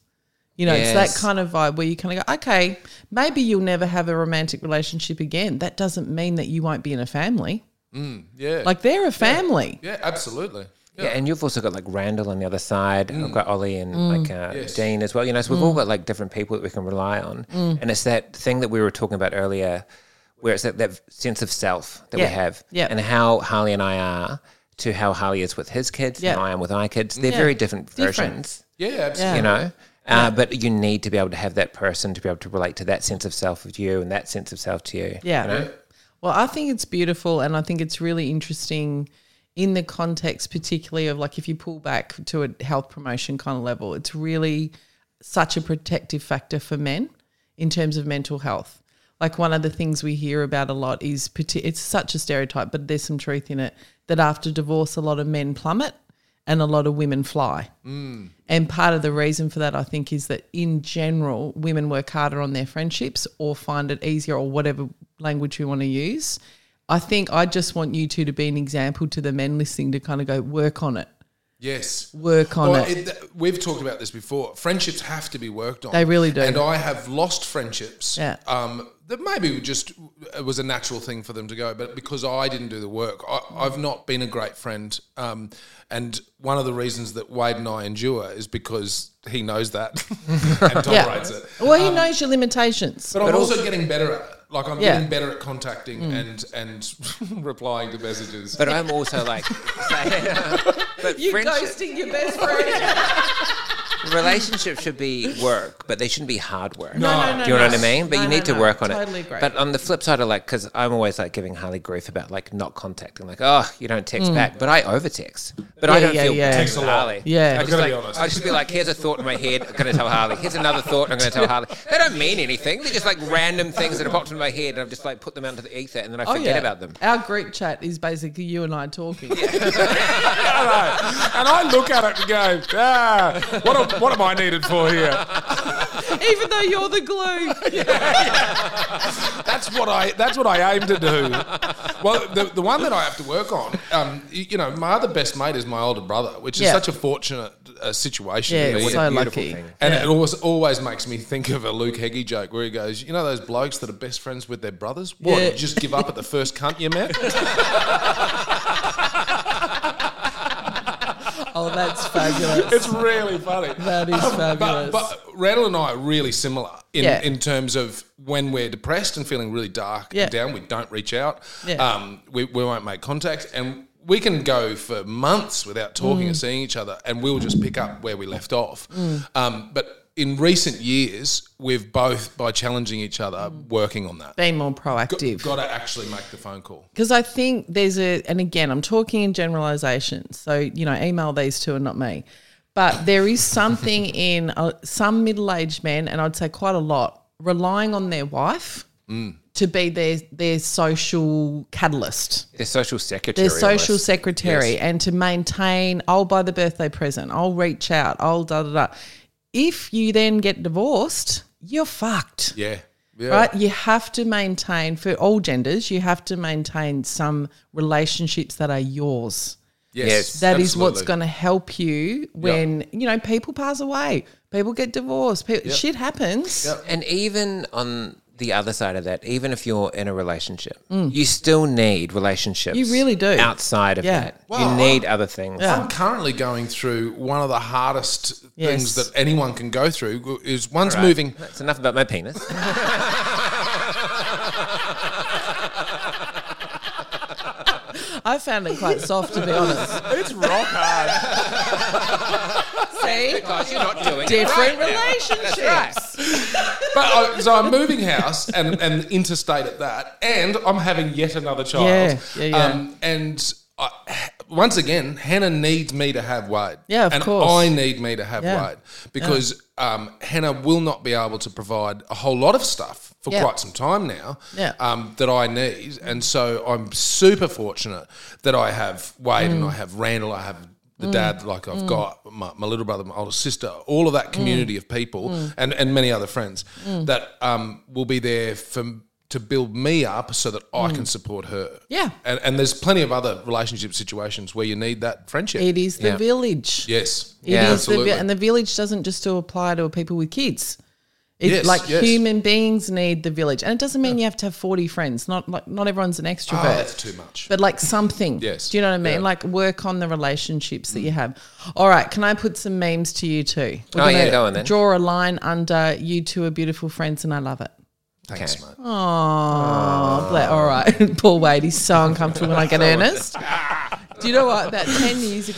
S1: You know, it's
S5: Yes.
S1: that kind of vibe where you kind of go, okay, maybe you'll never have a romantic relationship again. That doesn't mean that you won't be in a family.
S6: yeah.
S1: Like they're a family.
S6: yeah. Absolutely.
S5: Yeah, and youve also got like Randall on the other side.
S1: Mm.
S5: I've got Ollie and like uh, Dean as well. You know, so we've all got like different people that we can rely on.
S1: Mm.
S5: And it's that thing that we were talking about earlier, where it's that, that sense of self that
S1: Yeah.
S5: we have,
S1: Yeah.
S5: and how Harley and I are to how Harley is with his kids
S1: Yeah.
S5: and I am with my kids. They're
S1: Yeah.
S5: very different,
S1: Different.
S5: versions,
S6: Yeah. Absolutely.
S5: you know. Uh, But you need to be able to have that person to be able to relate to that sense of self of you and that sense of self to you.
S1: Yeah. Well, I think it's beautiful and I think it's really interesting in the context, particularly of like if you pull back to a health promotion kind of level, it's really such a protective factor for men in terms of mental health. Like one of the things we hear about a lot is parti- it's such a stereotype, but there's some truth in it that after divorce, a lot of men plummet and a lot of women fly. And part of the reason for that, I think, is that in general, women work harder on their friendships or find it easier or whatever language we want to use. I think I just want you two to be an example to the men listening to kind of go, work on it,
S6: Yes.
S1: work on
S6: Well,
S1: it.
S6: it- th- we've talked about this before. Friendships have to be worked on.
S1: They really do.
S6: And I have lost friendships.
S1: Yeah.
S6: Um, that maybe just it was a natural thing for them to go, but because I didn't do the work, I, I've not been a great friend. Um, and one of the reasons that Wade and I endure is because he knows that and tolerates it.
S1: Well, he knows your limitations.
S6: But I'm also getting better at it. Like I'm
S1: Yeah. Mm.
S6: getting better at contacting and and replying to messages.
S5: But I'm also like, but
S1: You're
S5: friendship-
S1: ghosting your best friend.
S5: relationships should be work, but they shouldn't be hard work.
S1: No, no, no,
S5: Do you
S1: no.
S5: know what I mean? But
S1: No,
S5: you
S1: no,
S5: need
S1: no.
S5: to work on
S1: Totally
S5: it.
S1: agree.
S5: But on the flip side of like, because I'm always like giving Harley grief about like not contacting, like, oh, you don't text back. But I over text. But I
S1: Mm. Yeah,
S5: don't
S1: yeah,
S5: feel
S1: yeah.
S5: bad
S1: Text
S5: with Harley.
S1: Yeah.
S5: I
S1: I've
S5: just,
S6: gotta
S5: like,
S6: be honest.
S5: I just be like, here's a thought in my head. I'm going to tell Harley. Here's another thought. I'm going to tell Harley. They don't mean anything. They're just like random things that have popped into my head, and I've just like put them out into the ether, and then
S1: Oh,
S5: I forget about them.
S1: Our group chat is basically you and I talking.
S6: and I look at it and go, ah, what, am, what am I needed for here?
S1: Even though you're the glue.
S6: That's what I. That's what I aim to do. Well, the, the one that I have to work on, um, you, you know, my other best mate is my older brother, which is
S1: Yeah.
S6: such a fortunate uh, situation.
S1: Yeah,
S6: to be
S1: it's
S6: in.
S1: so
S5: beautiful
S1: lucky.
S5: thing.
S6: And it always always makes me think of a Luke Heggie joke where he goes, "You know those blokes that are best friends with their brothers? What?
S1: Yeah.
S6: you just give up at the first cunt you met?
S1: Oh, that's fabulous.
S6: it's really funny. Um,
S1: That is fabulous.
S6: But, but Randall and I are really similar in,
S1: Yeah.
S6: in terms of when we're depressed and feeling really dark
S1: Yeah.
S6: and down, we don't reach out.
S1: Yeah.
S6: Um, we, we won't make contact. And we can go for months without talking
S1: Mm.
S6: or seeing each other, and we'll just pick up where we left off. Um, but in recent years, we've both, by challenging each other,
S1: Mm.
S6: working on that.
S1: Being more proactive.
S6: Got to actually make the phone call.
S1: because I think there's a, and again, I'm talking in generalizations. So, you know, email these two and not me. But there is something in uh, some middle aged men, and I'd say quite a lot, relying on their wife to be their, their social catalyst.
S5: Their social secretary.
S1: Their social
S5: almost.
S1: secretary and to maintain, I'll buy the birthday present, I'll reach out, I'll da da da. If you then get divorced, you're fucked
S6: Yeah. Yeah.
S1: right? You have to maintain for all genders. You have to maintain some relationships that are yours.
S5: Yes.
S1: That is what's
S6: absolutely.
S1: going to help you when you know people pass away, people get divorced, people, shit happens.
S5: And even on the other side of that, even if you're in a relationship, you still need relationships.
S1: Mm. You really do.
S5: Outside of
S1: Yeah.
S5: that,
S6: Well,
S5: you need other things.
S6: I'm currently going through one of the hardest
S1: Yes.
S6: things that anyone can go through is one's
S5: Right.
S6: moving
S5: That's enough about my penis.
S1: I found it quite soft to be honest.
S6: It's rock hard.
S1: See,
S5: Because you're not doing it.
S1: different
S5: right now.
S1: relationships.
S6: But I, so I'm moving house and, and interstate at that, and I'm having yet another child.
S1: Yeah, yeah, yeah.
S6: Um, and I, once again, Hannah needs me to have Wade.
S1: Yeah, of
S6: and
S1: course.
S6: I need me to have
S1: Yeah.
S6: Wade because um, Hannah will not be able to provide a whole lot of stuff for
S1: Yeah.
S6: quite some time now.
S1: Yeah.
S6: Um, that I
S1: Mm.
S6: need, and so I'm super fortunate that I have Wade and I have Randall. I have. the dad like I've got, my, my little brother, my older sister, all of
S1: Mm.
S6: that community of people, and and many other friends that um, will be there for to build me up so that I can support her.
S1: Mm. Yeah.
S6: and and there's plenty of other relationship situations where you need that friendship.
S1: It is the
S5: Yeah.
S1: village.
S6: yes,
S1: It is
S6: absolutely.
S1: The, vi- and the village doesn't just to apply to people with kids. It's
S6: Yes,
S1: like
S6: yes.
S1: human beings need the village, and it doesn't mean you have to have forty friends. Not like not everyone's
S5: Ah,
S1: an
S6: Oh,
S1: extrovert.
S6: that's too much.
S1: but like something.
S6: Yes.
S1: Do you know what I mean?
S6: Yeah.
S1: Like work on the relationships that you have. All right, can I put some memes to you too? We're
S5: Oh, yeah,
S1: gonna
S5: go on then.
S1: Draw a line under you two are beautiful friends and I love it.
S6: Thanks,
S5: Okay.
S6: mate.
S1: Oh, bla- all right. Paul Wade, he's so uncomfortable when I get earnest. Do you know what? About 10 years ago,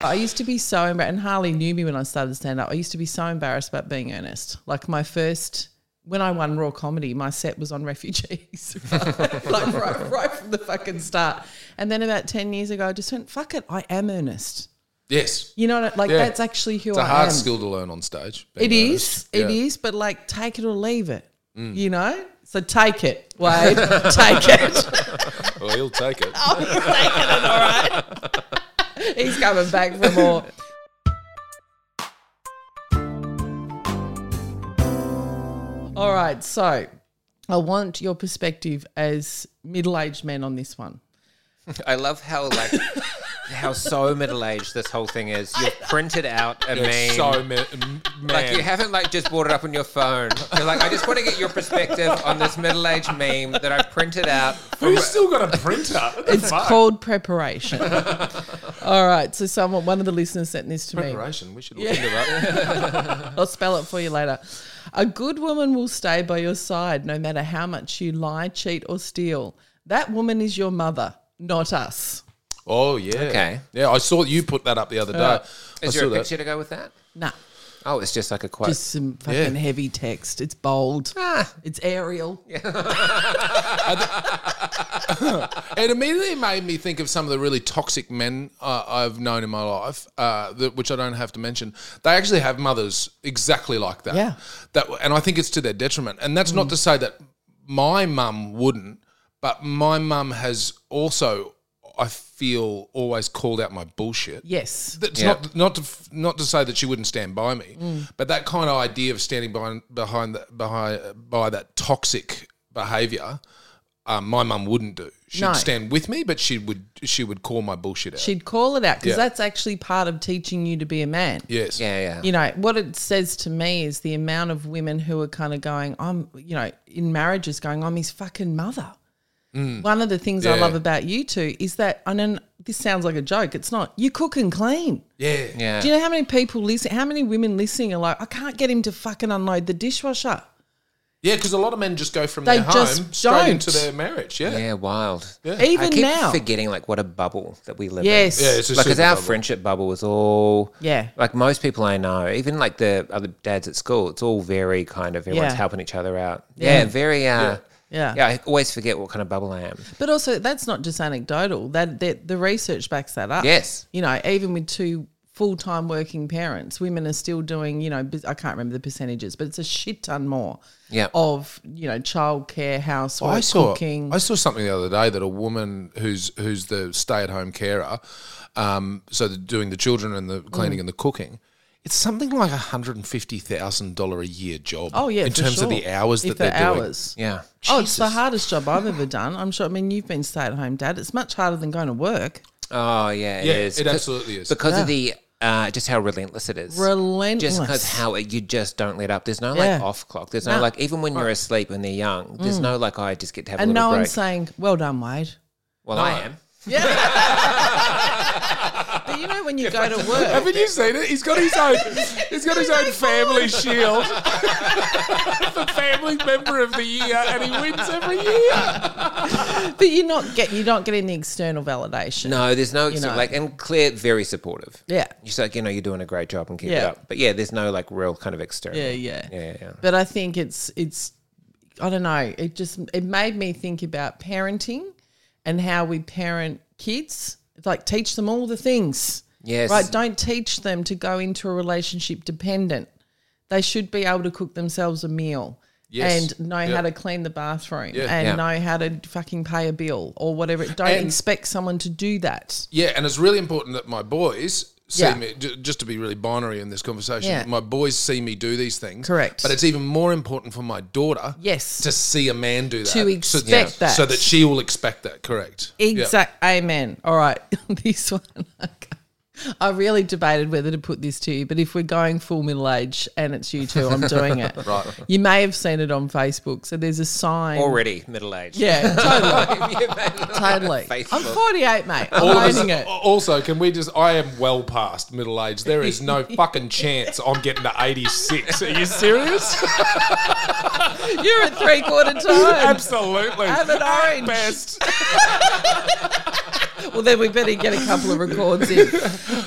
S1: I used to be so embarrassed, and Harley knew me when I started stand up. I used to be so embarrassed about being earnest. Like my first, when I won Raw Comedy, my set was on refugees, right? like right, right from the fucking start. And then about ten years ago, I just went, "Fuck it, I am earnest."
S6: Yes,
S1: You know, what I- like
S6: Yeah.
S1: that's actually who
S6: it's a
S1: I
S6: hard
S1: am.
S6: skill to learn on stage.
S1: It
S6: being
S1: is,
S6: honest.
S1: it
S6: Yeah. Mm.
S1: is, but like take it or leave it. You know, so take it, Wade. take it.
S6: Well, he'll take it.
S1: I'm taking it. All right. He's coming back for more. All right, so I want your perspective as middle-aged men on this one.
S5: I love how like how so middle aged this whole thing is. You've printed out a meme.
S6: So ma- m- man.
S5: like you haven't like just brought it up on your phone. You're like, I just want to get your perspective on this middle aged meme that I've printed out. From,
S6: Who's still got a printer? What the
S1: It's
S6: fuck?
S1: called preparation. All right, so someone, one of the listeners sent this to me.
S6: preparation. We should look into that.
S1: I'll spell it for you later. A good woman will stay by your side no matter how much you lie, cheat, or steal. That woman is your mother, not us.
S6: Oh yeah.
S5: Okay. Uh,
S6: Yeah, I saw you put that up the other day. I
S5: is
S6: saw
S5: there a
S6: that.
S5: picture to go with that?
S1: Nah,
S5: Oh, it's just like a quote.
S1: just some fucking
S6: Yeah.
S1: heavy text. It's bold.
S5: Ah.
S1: It's aerial.
S6: It immediately made me think of some of the really toxic men uh, I've known in my life, uh, that, which I don't have to mention. They actually have mothers exactly like that.
S1: Yeah.
S6: That, and I think it's to their detriment. And that's
S5: Mm.
S6: not to say that my mum wouldn't, but my mum has also, I feel, always called out my bullshit.
S1: Yes.
S6: That's
S5: Yeah.
S6: not not to f- not to say that she wouldn't stand by me,
S1: Mm.
S6: but that kind of idea of standing behind behind that behind by that toxic behaviour, um, my mum wouldn't do. She'd
S1: No.
S6: stand with me, but she would she would call my bullshit out.
S1: She'd call it out because
S6: Yeah.
S1: that's actually part of teaching you to be a man.
S6: yes,
S5: yeah, yeah.
S1: You know, what it says to me is the amount of women who are kind of going, I'm, you know, in marriages going, I'm his fucking mother.
S5: Mm.
S1: One of the things I
S6: Yeah.
S1: love about you two is that, and then this sounds like a joke, it's not, you cook and clean.
S6: yeah,
S5: yeah.
S1: Do you know how many people listen, how many women listening are like, I can't get him to fucking unload the dishwasher?
S6: yeah. Because a lot of men just go from
S1: They
S6: their
S1: just
S6: home straight
S1: don't.
S6: into their marriage. Yeah, yeah.
S5: yeah, wild.
S1: Even
S5: I keep
S1: now.
S5: forgetting like what a bubble that we live in.
S1: yes.
S6: it's a
S5: Like, because
S6: super
S5: our
S6: bubble.
S5: friendship bubble is all
S1: Yeah.
S5: Like most people I know, even like the other dads at school, it's all very kind of everyone's
S1: Yeah.
S5: helping each other out. Yeah, very. Uh,
S1: Yeah.
S5: yeah. I always forget what kind of bubble I am.
S1: But also, that's not just anecdotal. That, that the research backs that up.
S5: Yes.
S1: you know, even with two full time working parents, women are still doing. You know, bus- I can't remember the percentages, but it's a shit ton more
S5: Yeah.
S1: of you know childcare, housework,
S6: I saw
S1: cooking.
S6: I saw something the other day that a woman who's who's the stay at home carer, um, so the, doing the children and the
S1: Mm.
S6: cleaning and the cooking. It's something like a hundred and fifty thousand dollar a year job.
S1: oh yeah,
S6: in
S1: for
S6: terms of the
S1: sure.
S6: hours
S1: If
S6: that they're
S1: the
S6: doing.
S1: hours.
S5: Yeah.
S1: Oh, it's the hardest job I've ever done. I'm sure. I mean, you've been stay at home dad. It's much harder than going to work.
S5: Oh yeah. It
S6: Yeah,
S5: is.
S6: it
S5: Because-
S6: absolutely is.
S5: because of the uh, just how relentless it is.
S1: Relentless.
S5: Just because how it, you just don't let up. There's no
S1: Yeah.
S5: like off clock. There's no,
S1: No. Mm.
S5: like even when you're asleep and they're young. There's no like oh, I just get to have a
S1: and
S5: little
S1: no
S5: break.
S1: one's saying, "Well done, Wade."
S5: well, I am.
S1: Yeah. But you know when you go to work,
S6: Haven't you seen it? He's got his own. He's got his own family shield. the family member of the year, and he wins every year.
S1: but you're not get you're not getting the external validation.
S5: No, there's no
S1: know.
S5: like, and Claire very supportive.
S1: Yeah.
S5: she's like, you know, you're doing a great job and keep it
S1: Yeah.
S5: up. But yeah, there's no like real kind of external.
S1: Yeah, yeah.
S5: yeah, yeah.
S1: But I think it's it's I don't know. It just it made me think about parenting and how we parent kids. It's like teach them all the things.
S5: Yes.
S1: Right? Don't teach them to go into a relationship dependent. They should be able to cook themselves a meal.
S6: Yes.
S1: And know
S6: Yeah.
S1: how to clean the bathroom
S6: Yeah.
S1: and
S5: Yeah.
S1: know how to fucking pay a bill or whatever. Don't
S6: And-
S1: expect someone to do that.
S6: Yeah, and it's really important that my boys see
S1: Yeah.
S6: me. J- just to be really binary in this conversation,
S1: Yeah.
S6: my boys see me do these things.
S1: Correct.
S6: But it's even more important for my daughter.
S1: Yes.
S6: To see a man do that.
S1: To
S6: so,
S1: expect Yeah. that.
S6: So that she will expect that. Correct. Yeah.
S1: Exact. Amen. All right. this one. okay. I really debated whether to put this to you, but if we're going full middle age and it's you two, I'm doing it. right. You may have seen it on Facebook. So there's a sign.
S5: Already middle aged.
S1: Yeah, totally. totally. I'm
S5: Facebook.
S1: 48, mate. I'm
S6: All of us-
S1: owning it.
S6: Also, can we just? I am well past middle age. There is no fucking chance I'm getting to 86. Are you serious?
S1: You're at three quarter time.
S6: Absolutely.
S1: Have an
S6: At
S1: orange.
S6: Best.
S1: well, then we better get a couple of records in.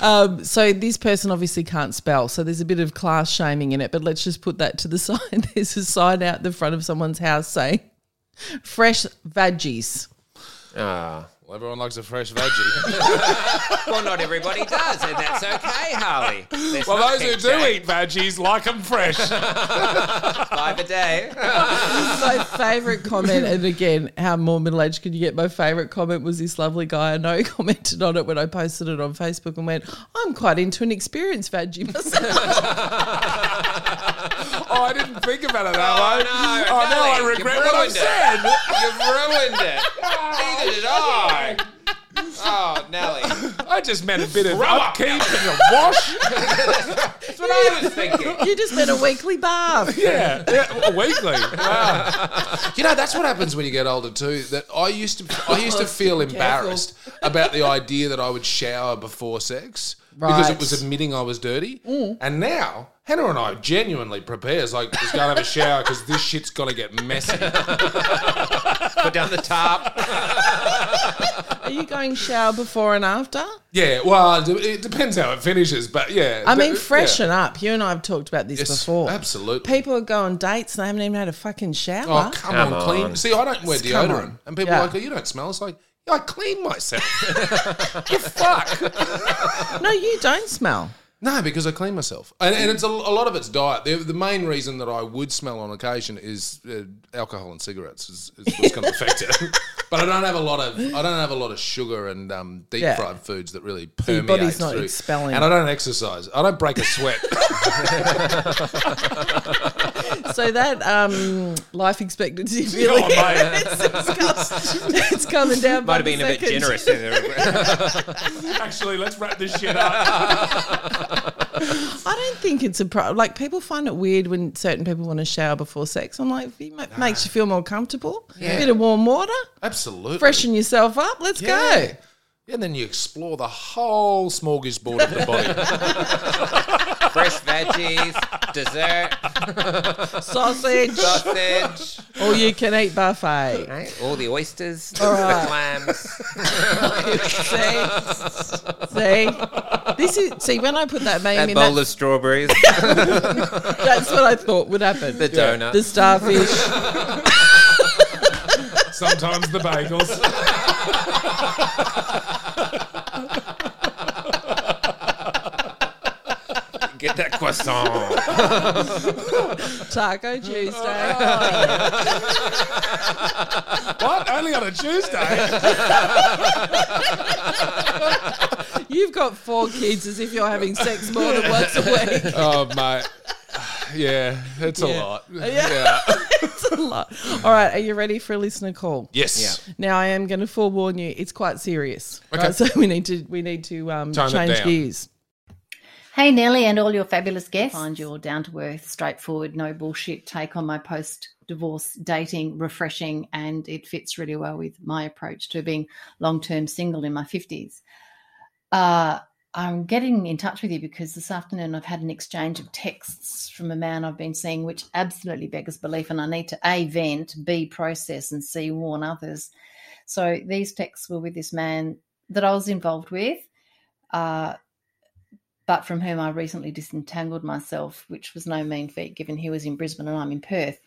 S1: Um, so this person obviously can't spell, so there's a bit of class shaming in it. But let's just put that to the side. There's a sign out the front of someone's house saying "fresh veggies."
S5: Ah.
S6: Well, everyone likes a fresh veggie.
S5: well, not everybody does, and that's okay, Harley. Let's
S6: well,
S5: not
S6: those who
S5: keep
S6: do
S5: saying
S6: eat veggies like them fresh.
S5: five a day.
S1: My favourite comment, and again, how more middle aged could you get? My favourite comment was this lovely guy I know commented on it when I posted it on Facebook and went, "I'm quite into an experience veggie myself."
S6: Oh, I didn't think about it that
S5: Oh,
S6: way.
S5: no,
S6: oh, now
S5: Nelly,
S6: I
S5: you've
S6: regret what I
S5: ruined it.
S6: said.
S5: You've ruined it. Neither did I. Oh, Nelly.
S6: I just meant a bit of upkeep and a wash.
S5: That's what I was thinking.
S1: you just meant a weekly bath.
S6: Yeah, yeah weekly. You know, that's what happens when you get older too. That I used to, I used
S1: Oh,
S6: to feel embarrassed about the idea that I would shower before sex because it
S1: Right. Mm.
S6: was admitting I was dirty. And now Hannah and I genuinely prepares like just gonna have a shower because this shit's gonna get messy.
S5: Put down the top.
S1: Are you going shower before and after?
S6: Yeah, well, it de- it depends how it finishes, but yeah.
S1: I mean,
S6: Yeah.
S1: freshen up. You and I have talked about this
S6: Yes,
S1: before.
S6: absolutely.
S1: People go on dates and they haven't even had a fucking shower.
S6: Oh, come,
S5: Come
S6: on, clean.
S5: on.
S6: See, I don't wear
S1: Just come
S6: deodorant.
S1: on.
S6: And people
S1: Yeah.
S6: are like, oh, you don't smell. It's like, "Yeah, I clean myself. the fuck?
S1: no, you don't smell.
S6: No, because I clean myself. And, and it's a, a lot of it's diet. The, the main reason that I would smell on occasion is uh, alcohol and cigarettes is, is what's going to affect it. But I don't have a lot of I don't have a lot of sugar and um, deep
S1: Yeah.
S6: fried foods that really
S1: your
S6: permeate
S1: body's not
S6: through.
S1: expelling.
S6: And I don't exercise. I don't break a sweat.
S1: So that um, life expectancy really
S6: Oh, mate.
S1: it's, it's come- it's coming down. by
S5: Might have
S1: the
S5: been a bit
S1: second.
S5: generous there.
S6: Actually, let's wrap this shit up.
S1: I don't think it's a problem. Like people find it weird when certain people want to shower before sex. I'm like, it ma- makes you feel more comfortable. A bit of warm water,
S6: Absolutely.
S1: freshen yourself up. Let's
S6: Yeah.
S1: go.
S6: And then you explore the whole smorgasbord of the body.
S5: Fresh veggies, dessert,
S1: Sausage,
S5: sausage.
S1: all you can eat buffet.
S5: Right? All the oysters,
S1: right.
S5: the clams.
S1: see, see, this is see when I put that
S5: That
S1: name in,
S5: bowl
S1: that,
S5: of strawberries,
S1: that's what I thought would happen.
S5: the donut.
S1: The starfish.
S6: Sometimes the bagels.
S5: Get that croissant.
S1: Taco Tuesday.
S6: what? Only on a Tuesday?
S1: You've got four kids as if you're having sex more than once a week.
S6: oh, mate. Yeah, it's a
S1: Yeah.
S6: lot.
S1: Yeah. it's a lot. All right, are you ready for a listener call?
S6: Yes.
S1: Now I am going to forewarn you; it's quite serious. Okay. so we need to we need to um,
S6: Tone it
S1: change
S6: down.
S1: gears.
S7: Hey, Nellie, and all your fabulous guests. Find your down to earth, straightforward, no bullshit take on my post divorce dating refreshing, and it fits really well with my approach to being long term single in my 50s. Uh, I'm getting in touch with you because this afternoon I've had an exchange of texts from a man I've been seeing, which absolutely beggars belief. And I need to A, vent, B, process, and C, warn others. So these texts were with this man that I was involved with, uh, but from whom I recently disentangled myself, which was no mean feat given he was in Brisbane and I'm in Perth.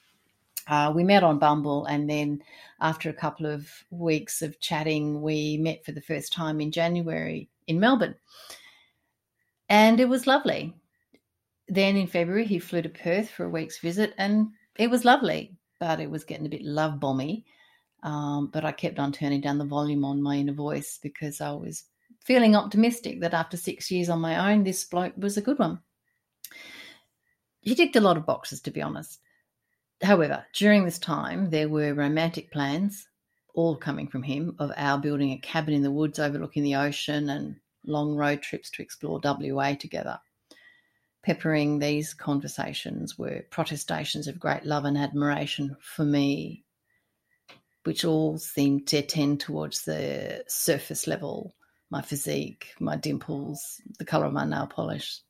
S7: Uh, we met on Bumble, and then after a couple of weeks of chatting, we met for the first time in January in Melbourne. And it was lovely. Then in February, he flew to Perth for a week's visit, and it was lovely, but it was getting a bit love bomby. Um, but I kept on turning down the volume on my inner voice because I was feeling optimistic that after six years on my own, this bloke was a good one. He ticked a lot of boxes, to be honest. However, during this time, there were romantic plans, all coming from him, of our building a cabin in the woods overlooking the ocean and long road trips to explore WA together. Peppering these conversations were protestations of great love and admiration for me, which all seemed to tend towards the surface level my physique, my dimples, the colour of my nail polish.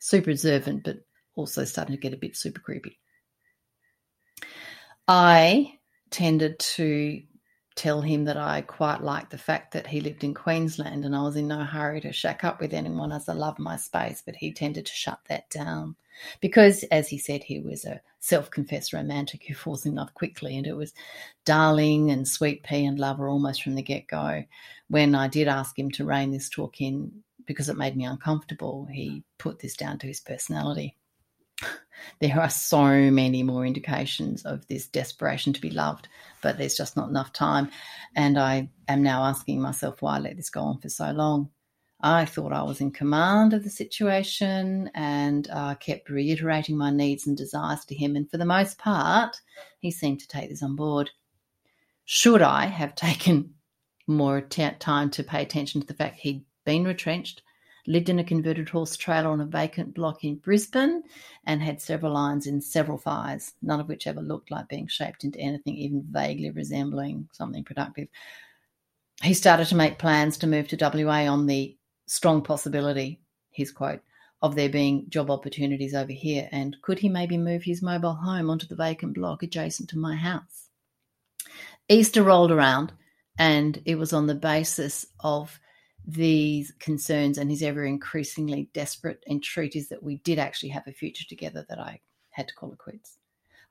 S7: Super observant, but also starting to get a bit super creepy. I tended to tell him that I quite liked the fact that he lived in Queensland and I was in no hurry to shack up with anyone as I love my space, but he tended to shut that down because, as he said, he was a self confessed romantic who falls in love quickly and it was darling and sweet pea and lover almost from the get go. When I did ask him to rein this talk in because it made me uncomfortable, he put this down to his personality there are so many more indications of this desperation to be loved, but there's just not enough time. And I am now asking myself why I let this go on for so long. I thought I was in command of the situation and I uh, kept reiterating my needs and desires to him. And for the most part, he seemed to take this on board. Should I have taken more t- time to pay attention to the fact he'd been retrenched, lived in a converted horse trailer on a vacant block in Brisbane, and had several irons in several fires, none of which ever looked like being shaped into anything even vaguely resembling something productive. He started to make plans to move to WA on the strong possibility, his quote, of there being job opportunities over here, and could he maybe move his mobile home onto the vacant block adjacent to my house? Easter rolled around, and it was on the basis of these concerns and his ever increasingly desperate entreaties that we did actually have a future together that I had to call it quits.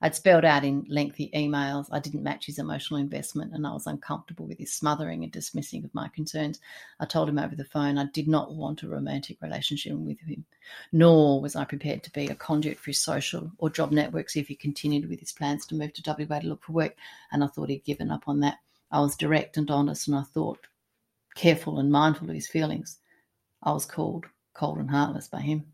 S7: I'd spelled out in lengthy emails I didn't match his emotional investment and I was uncomfortable with his smothering and dismissing of my concerns. I told him over the phone I did not want a romantic relationship with him, nor was I prepared to be a conduit for his social or job networks if he continued with his plans to move to WA to look for work, and I thought he'd given up on that. I was direct and honest and I thought careful and mindful of his feelings. I was called cold and heartless by him.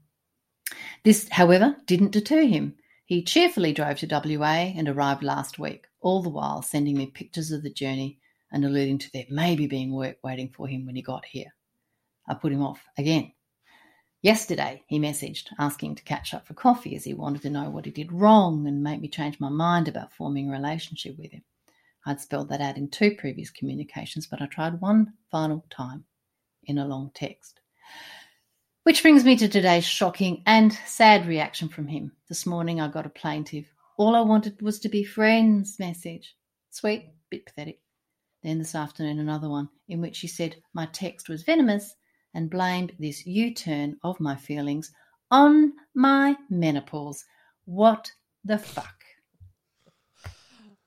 S7: This, however, didn't deter him. He cheerfully drove to WA and arrived last week, all the while sending me pictures of the journey and alluding to there maybe being work waiting for him when he got here. I put him off again. Yesterday, he messaged asking to catch up for coffee as he wanted to know what he did wrong and make me change my mind about forming a relationship with him. I'd spelled that out in two previous communications, but I tried one final time in a long text. Which brings me to today's shocking and sad reaction from him. This morning I got a plaintive, all I wanted was to be friends message. Sweet, bit pathetic. Then this afternoon, another one in which he said my text was venomous and blamed this U turn of my feelings on my menopause. What the fuck?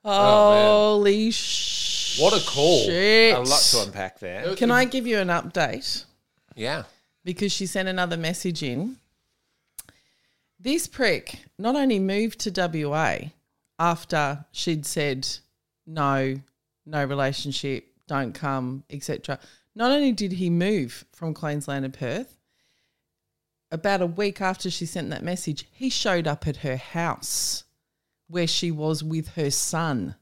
S6: Oh,
S1: Holy shit.
S6: What a call.
S5: A lot to unpack there.
S1: Can I give you an update?
S5: Yeah.
S1: Because she sent another message in. This prick not only moved to WA after she'd said no, no relationship, don't come, etc. Not only did he move from Queensland to Perth, about a week after she sent that message, he showed up at her house where she was with her son.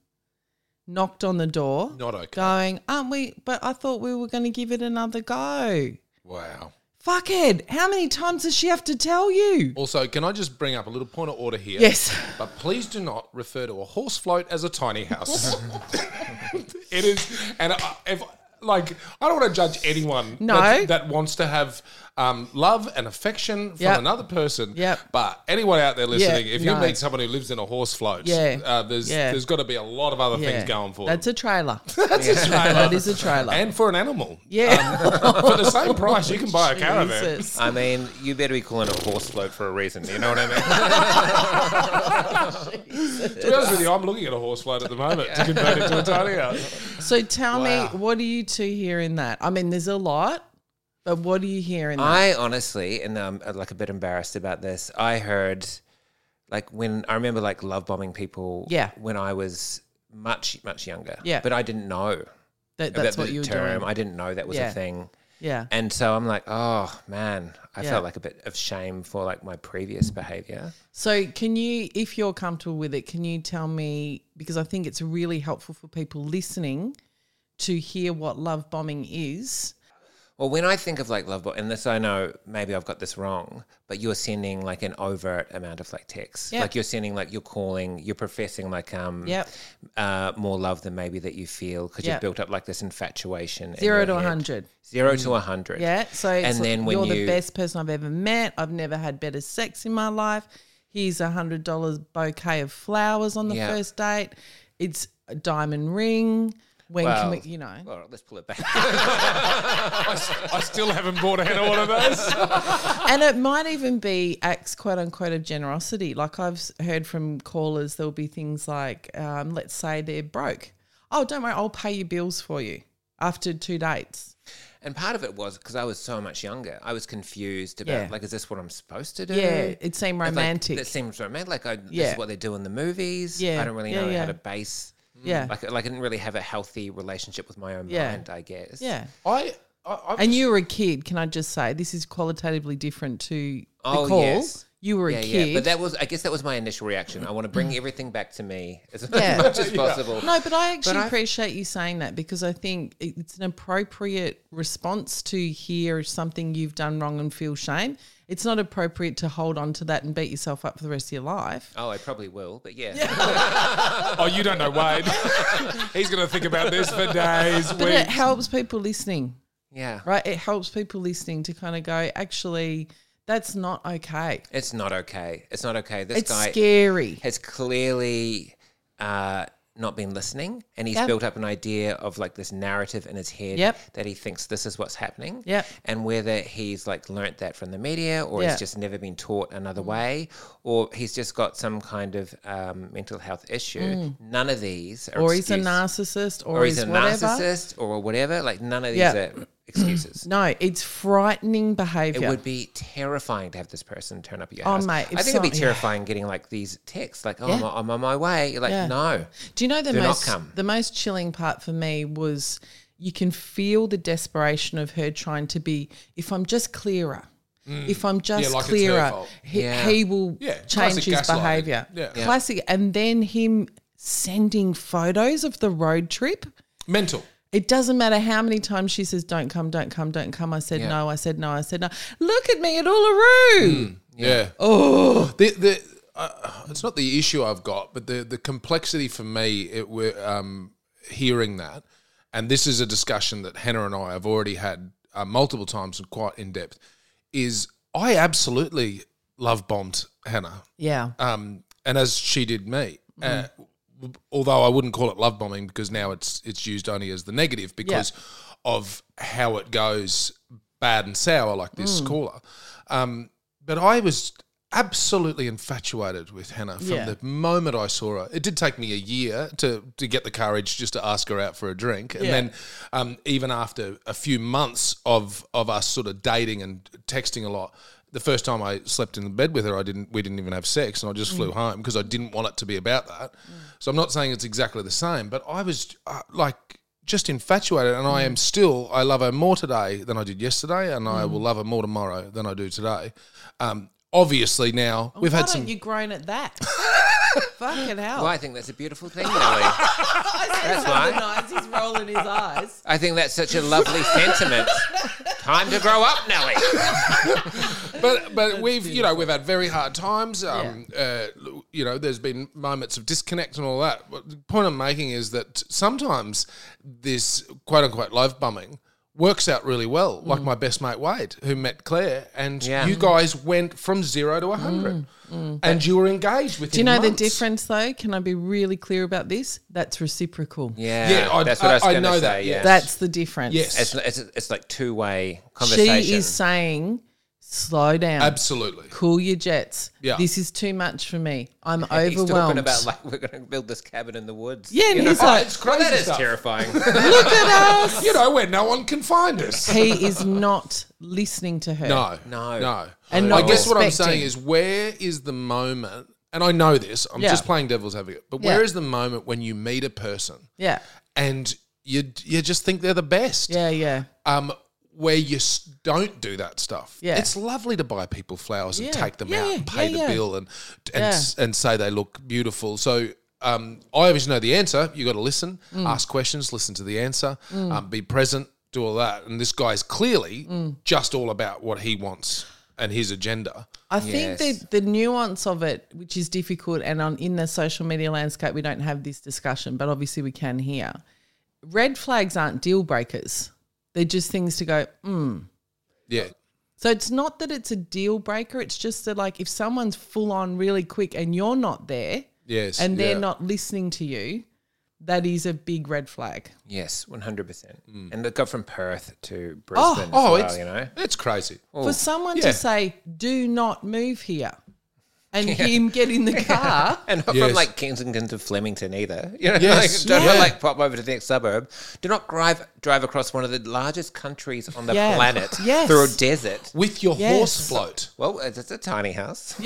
S1: Knocked on the door.
S6: Not okay.
S1: Going, aren't we? But I thought we were going to give it another go.
S6: Wow.
S1: Fuckhead, how many times does she have to tell you?
S6: Also, can I just bring up a little point of order here?
S1: Yes.
S6: But please do not refer to a horse float as a tiny house. it is, and I, if like I don't want to judge anyone
S1: No.
S6: that, that wants to have um, love and affection from
S1: Yep.
S6: another person.
S1: Yep.
S6: But anyone out there listening, if you
S1: no.
S6: meet someone who lives in a horse float,
S1: Yeah.
S6: uh, there's
S1: Yeah.
S6: there's got to be a lot of other
S1: Yeah.
S6: things going for
S1: That's
S6: them.
S1: a trailer.
S6: That's a trailer.
S1: That is a trailer.
S6: And for an animal.
S1: Yeah.
S6: for the same price, you can buy a caravan.
S1: Jesus.
S5: I mean, you better be calling it horse float for a reason. You know what I mean?
S6: To be honest with you, I'm looking at a horse float at the moment to convert it to a tiny house.
S1: So tell
S5: Wow.
S1: me, what do you two hear in that? I mean, there's a lot, but what do you hear in that?
S5: I honestly, and I'm uh, like a bit embarrassed about this. I heard, like when I remember like love bombing people.
S1: Yeah.
S5: When I was much much younger.
S1: Yeah.
S5: But I didn't know
S1: That,
S5: about
S1: that's
S5: the
S1: what you were
S5: term.
S1: doing.
S5: I didn't know that was
S1: Yeah.
S5: a thing.
S1: yeah.
S5: And so I'm like, oh man, I
S1: Yeah.
S5: felt like a bit of shame for like my previous behavior.
S1: So, can you, if you're comfortable with it, can you tell me? Because I think it's really helpful for people listening to hear what love bombing is.
S5: Well, when I think of like love bombing, and this I know maybe I've got this wrong, but you're sending like an overt amount of like texts.
S1: Yep.
S5: Like you're sending like you're calling, you're professing like um
S1: Yep.
S5: uh, more love than maybe that you feel because
S1: Yep.
S5: you've built up like this infatuation. in
S1: Zero
S5: your
S1: to
S5: head.
S1: 100.
S5: Zero to a hundred.
S1: Yeah. So, it's
S5: and
S1: like,
S5: then when
S1: you're the
S5: you
S1: best person I've ever met. I've never had better sex in my life. Here's a hundred dollars bouquet of flowers on the
S5: Yeah.
S1: first date. It's a diamond ring. When
S5: Well,
S1: can we, you know?
S5: All right, let's pull it back.
S6: I, s- I still haven't bought a head of one of those.
S1: and it might even be acts quote unquote of generosity. Like I've s- heard from callers, there'll be things like, um, let's say they're broke. Oh, don't worry, I'll pay your bills for you after two dates.
S5: and part of it was because I was so much younger. I was confused about
S1: Yeah.
S5: like, is this what I'm supposed to do?
S1: Yeah, it seemed
S5: It's like,
S1: romantic.
S5: that seems romantic. Like I, this
S1: Yeah.
S5: is what they do in the movies.
S1: Yeah.
S5: I don't really
S1: Yeah,
S5: know
S1: yeah.
S5: how to base.
S1: yeah,
S5: Like, like I didn't really have a healthy relationship with my own
S1: Yeah.
S5: mind. I guess.
S1: yeah.
S6: I, I I've
S1: And you were a kid. Can I just say this is qualitatively different to
S5: Oh,
S1: the call?
S5: yes.
S1: You were
S5: Yeah,
S1: a
S5: yeah,
S1: kid. Mm.
S5: but that was—I guess that was my initial reaction. I want to bring everything back to me as
S1: Yeah.
S5: much as possible.
S1: No, but I actually
S5: I-
S1: appreciate you saying that because I think it- it's an appropriate response to hear something you've done wrong and feel shame. It's not appropriate to hold on to that and beat yourself up for the rest of your life.
S5: Oh, I probably will, but yeah.
S6: Oh, you don't know Wade. He's going to think about this for days,
S1: But it
S6: weeks.
S1: helps people listening,
S5: Yeah.
S1: right? It helps people listening to kind of go, actually, that's not okay.
S5: It's not okay. It's not okay. This
S1: It's
S5: guy
S1: scary.
S5: has clearly uh, not been listening and he's
S1: Yeah.
S5: built up an idea of like this narrative in his head
S1: Yep.
S5: that he thinks this is what's happening.
S1: Yep.
S5: And whether he's like learnt that from the media or
S1: Yeah. Mm.
S5: he's just never been taught another way or he's just got some kind of um, mental health issue, none of these are
S1: Mm. Or he's a
S5: excuse-
S1: narcissist, or,
S5: Or he's a
S1: whatever.
S5: narcissist or whatever. Like none of these
S1: Yeah.
S5: are excuses.
S1: No, it's frightening
S5: It
S1: behavior.
S5: would be terrifying to have this person turn up at your
S1: Oh,
S5: house.
S1: mate,
S5: I
S1: if
S5: think it'd be
S1: so- yeah.
S5: terrifying getting like these texts, like, "Oh,
S1: Yeah.
S5: I'm, I'm on my way." You're like,
S1: Yeah.
S5: "No."
S1: Do you know the
S5: Do not
S1: most
S5: come.
S1: the most chilling part for me was you can feel the desperation of her trying to be if I'm just clearer. If I'm just
S6: Mm. Yeah, like it's her
S1: clearer,
S6: fault.
S1: he,
S5: Yeah.
S1: he will
S6: Yeah,
S1: change
S6: classic
S1: his
S6: gaslighting.
S1: behavior.
S6: Yeah. Yeah.
S1: Classic. And then him sending photos of the road trip.
S6: Mental.
S1: It doesn't matter how many times she says, Don't come, don't come, don't come. I said no, I said no, I said no. Look at me at Uluru.
S6: Yeah. Oh, the the uh, it's not the issue I've got, but the the complexity for me it were um, hearing that, and this is a discussion that Hannah and I have already had uh, multiple times and quite in depth. Is I absolutely love bombed Hannah,
S1: Yeah.
S6: um, and as she did me. Uh, although I wouldn't call it love bombing because now it's it's used only as the negative because of how it goes bad and sour like this caller. Um, but I was absolutely infatuated with Hannah from
S1: Yeah.
S6: the moment I saw her. It did take me a year to to get the courage just to ask her out for a drink, and
S1: Yeah.
S6: then um, even after a few months of of us sort of dating and texting a lot. The first time I slept in bed with her, I didn't. We didn't even have sex, and I just
S1: Mm.
S6: flew home because I didn't want it to be about that. So I'm not saying it's exactly the same, but I was uh, like just infatuated, and I am
S1: Mm.
S6: still. I love her more today than I did yesterday, and I will love her more tomorrow than I do today. Um, obviously, now we've
S1: Oh, Why
S6: had
S1: don't
S6: some.
S1: you grown at that? Fucking
S6: Oh.
S1: hell.
S5: Well, I think that's a beautiful thing, Nelly.
S1: That's
S5: why.
S1: He's rolling his eyes.
S5: I think that's such a lovely sentiment. Time to grow up, Nelly.
S6: but but we've you know we've had very hard times. Um, uh, you know, there's been moments of disconnect and all that. But the point I'm making is that sometimes this quote unquote love bumming works out really well.
S1: Mm.
S6: Like my best mate Wade, who met Claire, and
S5: Yeah.
S6: you guys went from zero to a hundred, and you were engaged with.
S1: Mm, Do you know the difference, though? Can I be really clear about this? That's reciprocal.
S5: Yeah,
S6: Yeah, I-
S5: that's what I, was
S6: I- I
S5: going to
S6: know
S5: say.
S6: that,
S5: yeah,
S1: That's the difference.
S6: Yes.
S5: it's, it's, it's like two way
S1: She
S5: conversation.
S1: is saying, slow down.
S6: Absolutely.
S1: Cool your jets.
S6: Yeah.
S1: This is too much for me. I'm
S5: He's
S1: overwhelmed.
S5: talking about like we're going to build this cabin in the woods.
S1: yeah, and
S5: You know,
S1: he's
S6: Oh,
S1: like,
S6: it's
S5: well,
S6: crazy
S5: that is
S6: stuff.
S5: terrifying.
S1: look at us.
S6: You know, where no one can find us.
S1: he is not listening to her.
S6: No,
S5: No.
S6: no.
S1: And
S6: I
S1: not
S6: guess what I'm
S1: respecting.
S6: saying is, where is the moment? And I know this. I'm
S1: Yeah.
S6: just playing devil's advocate. But where
S1: Yeah.
S6: is the moment when you meet a person
S1: Yeah.
S6: and you you just think they're the best?
S1: Yeah, yeah.
S6: Um, where you s- don't do that stuff.
S1: Yeah.
S6: It's lovely to buy people flowers and
S1: Yeah.
S6: take them
S1: Yeah,
S6: out
S1: yeah,
S6: and pay
S1: yeah,
S6: the
S1: yeah.
S6: bill and and s and say they look beautiful. So. Um, I obviously know the answer. You got to listen,
S1: Mm.
S6: ask questions, listen to the answer, um, be present, do all that. And this guy's clearly
S1: Mm.
S6: just all about what he wants and his agenda.
S1: I think
S5: Yes.
S1: that the nuance of it, which is difficult, and on in the social media landscape, we don't have this discussion, but obviously we can here. Red flags aren't deal breakers; they're just things to go. Mm.
S6: Yeah,
S1: So it's not that it's a deal breaker. It's just that, like, if someone's full on really quick and you're not there,
S6: yes,
S1: and they're
S6: yeah.
S1: not listening to you, that is a big red flag.
S5: yes, 100%. And they go from Perth to Brisbane
S6: Mm. Oh,
S5: as well,
S6: it's
S5: you know.
S6: it's crazy.
S1: For someone
S6: Oh, yeah.
S1: to say, "Do not move here," and him get in the car.
S5: And not
S6: Yes.
S5: from like Kensington to Flemington either. You know,
S6: Yes,
S5: like, don't
S6: yeah.
S5: like pop over to the next suburb. Do not drive drive across one of the largest countries on the
S1: Yeah.
S5: planet
S1: Yes.
S5: through a desert.
S6: With your
S1: Yes.
S6: horse float.
S5: Well, it's it's a tiny house.
S1: Do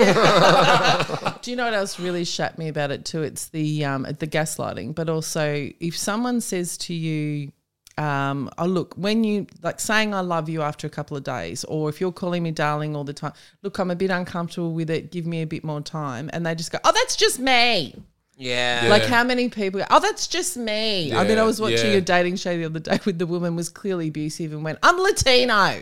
S1: you know what else really shat me about it too? It's the um, the gaslighting, but also if someone says to you, um, "Oh look," when you like saying "I love you" after a couple of days, or if you're calling me darling all the time, look, I'm a bit uncomfortable with it. Give me a bit more time, and they just go, "Oh, that's just me."
S5: Yeah.
S1: Like how many people? go, Oh, that's just me. I mean, I was watching
S6: yeah.
S1: a dating show the other day with the woman was clearly abusive and went, "I'm Latino."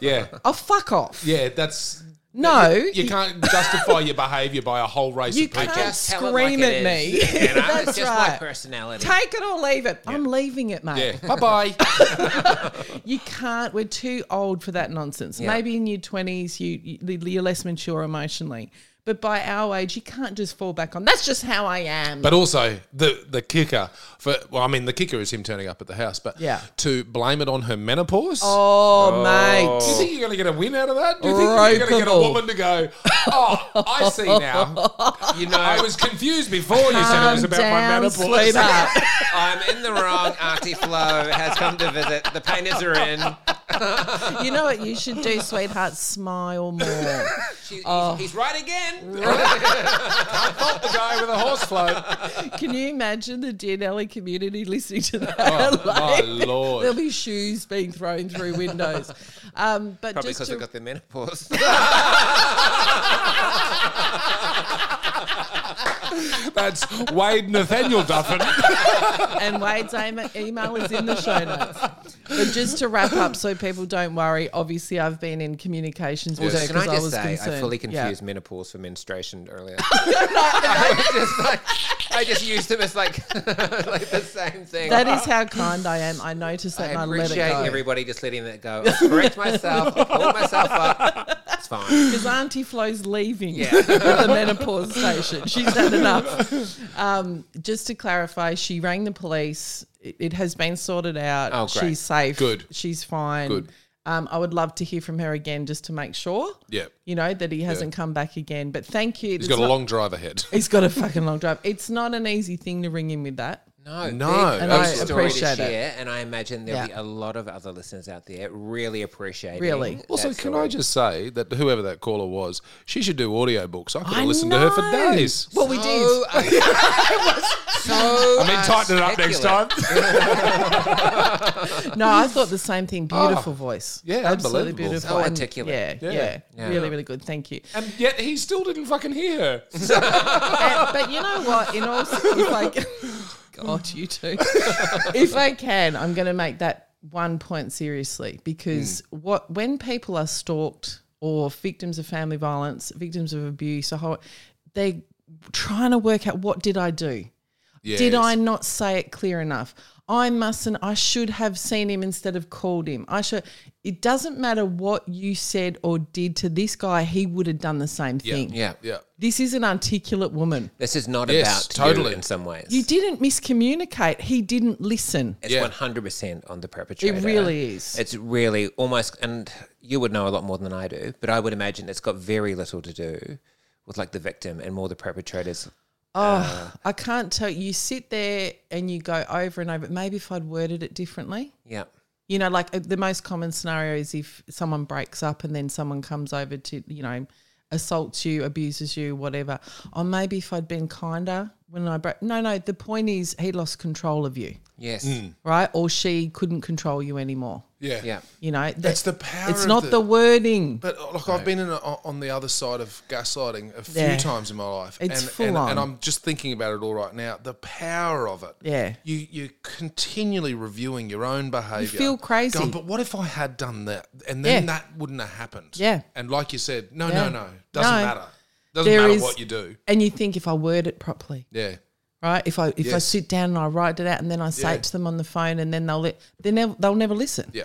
S6: Yeah.
S1: Oh, fuck off.
S6: Yeah, that's
S1: No,
S6: you can't justify your behaviour by a whole race
S1: You
S6: of people.
S1: can't.
S5: Just tell it
S1: Scream
S5: like it
S1: at
S5: is,
S1: me.
S5: You know?
S1: That's
S5: it's just my
S1: right.
S5: personality.
S1: Take it or leave it. I'm leaving it, mate.
S6: Yeah. Bye bye.
S1: You can't. We're too old for that nonsense. Maybe in your twenties, you, you you're less mature emotionally. But by our age, you can't just fall back on. That's just how I am.
S6: But also the the kicker for well, I mean the kicker is him turning up at the house, but
S1: Yeah.
S6: to blame it on her menopause.
S1: oh,
S6: Do you
S1: mate.
S6: think you're going to get a win out of that? Do you think you're going to get a
S1: Ropeable.
S6: woman to go, oh, I see now.
S5: you know,
S6: I was confused before you said it
S1: Calm
S6: was about my
S1: down,
S6: menopause.
S1: sweetheart.
S5: I'm in the wrong. Auntie Flo has come to visit. The painters are in.
S1: you know what you should do, sweetheart? Smile more.
S5: She,
S1: Oh.
S5: he's, he's right again.
S6: Fault the guy with a horse float.
S1: Can you imagine the DNLE community listening to that?
S6: Oh, my
S1: Like,
S6: Lord.
S1: There'll be shoes being thrown through windows. Um, but
S5: Probably
S1: just
S5: because
S1: to,
S5: I got the menopause.
S6: That's Wade Nathaniel Duffin.
S1: and Wade's em- email is in the show notes. But just to wrap up, so people don't worry. Obviously, I've been in communications with her
S5: Can I
S1: because I,
S5: just
S1: was
S5: say
S1: concerned.
S5: I fully
S1: Yeah.
S5: confused menopause for menstruation earlier. I, was just like, I just used them as like like the same thing.
S1: That is how kind I am. I noticed that and
S5: I
S1: I let it
S5: appreciate
S1: go.
S5: everybody just letting that go. I correct myself. I pull myself up. It's fine.
S1: Because Auntie Flo's leaving the menopause station. She's had enough. Um, just to clarify, she rang the police. It, it has been sorted out.
S5: Oh, great.
S1: She's safe.
S6: Good.
S1: She's fine.
S6: Good.
S1: Um, I would love to hear from her again just to make sure,
S6: yeah.
S1: you know, that he hasn't come back again. But thank you.
S6: He's got a long drive ahead.
S1: He's got a fucking long drive. It's not an easy thing to ring in with that.
S5: No,
S6: No,
S5: big
S6: And
S1: I
S5: big story to
S1: appreciate it.
S5: share, and I imagine there'll be
S1: Yeah.
S5: a lot of other listeners out there really appreciating.
S1: Really.
S6: Also,
S5: that
S6: can
S5: story.
S6: I just say that whoever that caller was, she should do audiobooks. I could have listened to her for
S1: know.
S6: days.
S1: Well, we did.
S5: uh, it was so.
S6: I mean,
S5: uh,
S6: tighten it up next
S5: speculate.
S6: time.
S1: No, I thought the same thing. Beautiful voice.
S6: Ah. yeah,
S1: absolutely
S6: unbelievable.
S1: beautiful.
S5: So
S1: And
S5: articulate.
S1: Yeah,
S6: Yeah.
S1: yeah, Really, really good. Thank you.
S6: and yet he still didn't fucking hear her.
S1: And- Uh, but you know what? In all, if I, God, you too. if I can, I'm going to make that one point seriously because what when people are stalked or victims of family violence, victims of abuse, a whole they're trying to work out what did I do?
S6: Yes.
S1: Did I not say it clear enough? I mustn't. I should have seen him instead of called him. I should. It doesn't matter what you said or did to this guy. He would have done the same thing.
S5: Yeah.
S6: Yeah.
S1: This is an articulate woman.
S5: This is not
S6: Yes,
S5: about
S6: totally.
S5: you in some ways.
S1: You didn't miscommunicate. He didn't listen.
S5: It's
S6: Yeah.
S5: one hundred percent on the perpetrator.
S1: really is.
S5: It's really almost, and you would know a lot more than I do, but I would imagine it's got very little to do with like the victim and more the perpetrators.
S1: Oh, I can't tell. You sit there and you go over and over. Maybe if I'd worded it differently.
S5: Yeah,
S1: You know, like uh, the most common scenario is if someone breaks up and then someone comes over to, you know, assaults you, abuses you, whatever. Or maybe if I'd been kinder when I broke. No, no, the point is he lost control of you,
S5: yes,
S1: right? Or she couldn't control you anymore.
S6: Yeah.
S5: yeah.
S1: You know,
S6: That's
S1: that-
S6: the power
S1: It's
S6: of
S1: not
S6: the-
S1: the, wording.
S6: But uh, look, I've been in a, on the other side of gaslighting a few
S1: Yeah.
S6: times in my life,
S1: It's
S6: and,
S1: full
S6: and,
S1: on.
S6: and I'm just thinking about it all right now. The power of it.
S1: Yeah.
S6: You you continually reviewing your own behaviour.
S1: feel crazy.
S6: Going, but what if I had done that, and then
S1: Yeah.
S6: that wouldn't have happened?
S1: Yeah.
S6: And like you said, no,
S1: Yeah.
S6: no, no, doesn't
S1: No.
S6: matter. Doesn't
S1: There
S6: matter
S1: is-
S6: what you do.
S1: And you think if I word it properly,
S6: Yeah.
S1: right? If I if I
S6: Yes.
S1: sit down and I write it out and then I say
S6: Yeah.
S1: it to them on the phone and then they'll li- they never they'll never listen.
S6: Yeah.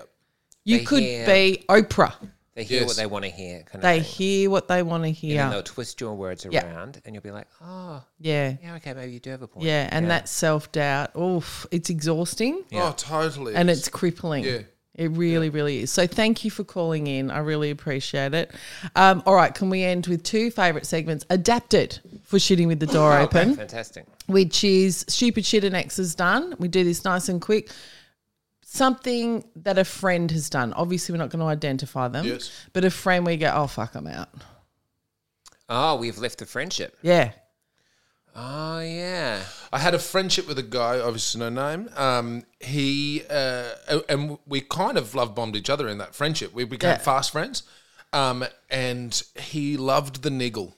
S1: You
S5: They
S1: could
S5: hear-
S1: be Oprah.
S5: They hear
S6: Yes.
S5: what they want to hear. Kind of
S1: They
S5: thing.
S1: hear what they want to
S5: And then
S1: hear.
S5: they'll twist your words
S1: Yeah.
S5: around, and you'll be like, "Oh,
S1: Yeah.
S5: yeah, okay, maybe you do have a point."
S1: Yeah, and that self doubt, oof, it's exhausting
S6: Oh, totally.
S1: and it's crippling.
S6: Yeah.
S1: It really, really is. So thank you for calling in. I really appreciate it. Um, all right, can we end with two favourite segments? Adapted for shitting with the door
S5: Oh,
S1: open.
S5: fantastic.
S1: which is stupid shit and X is done. We do this nice and quick. Something that a friend has done. Obviously, we're not going to identify them.
S6: Yes.
S1: But a friend, we go, oh, fuck, I'm out.
S5: Oh, we've left the friendship.
S1: Yeah.
S5: Oh yeah,
S6: I had a friendship with a guy, obviously no name. Um, he uh, and we kind of love bombed each other in that friendship. We became
S1: Yeah.
S6: fast friends, um, and he loved the niggle.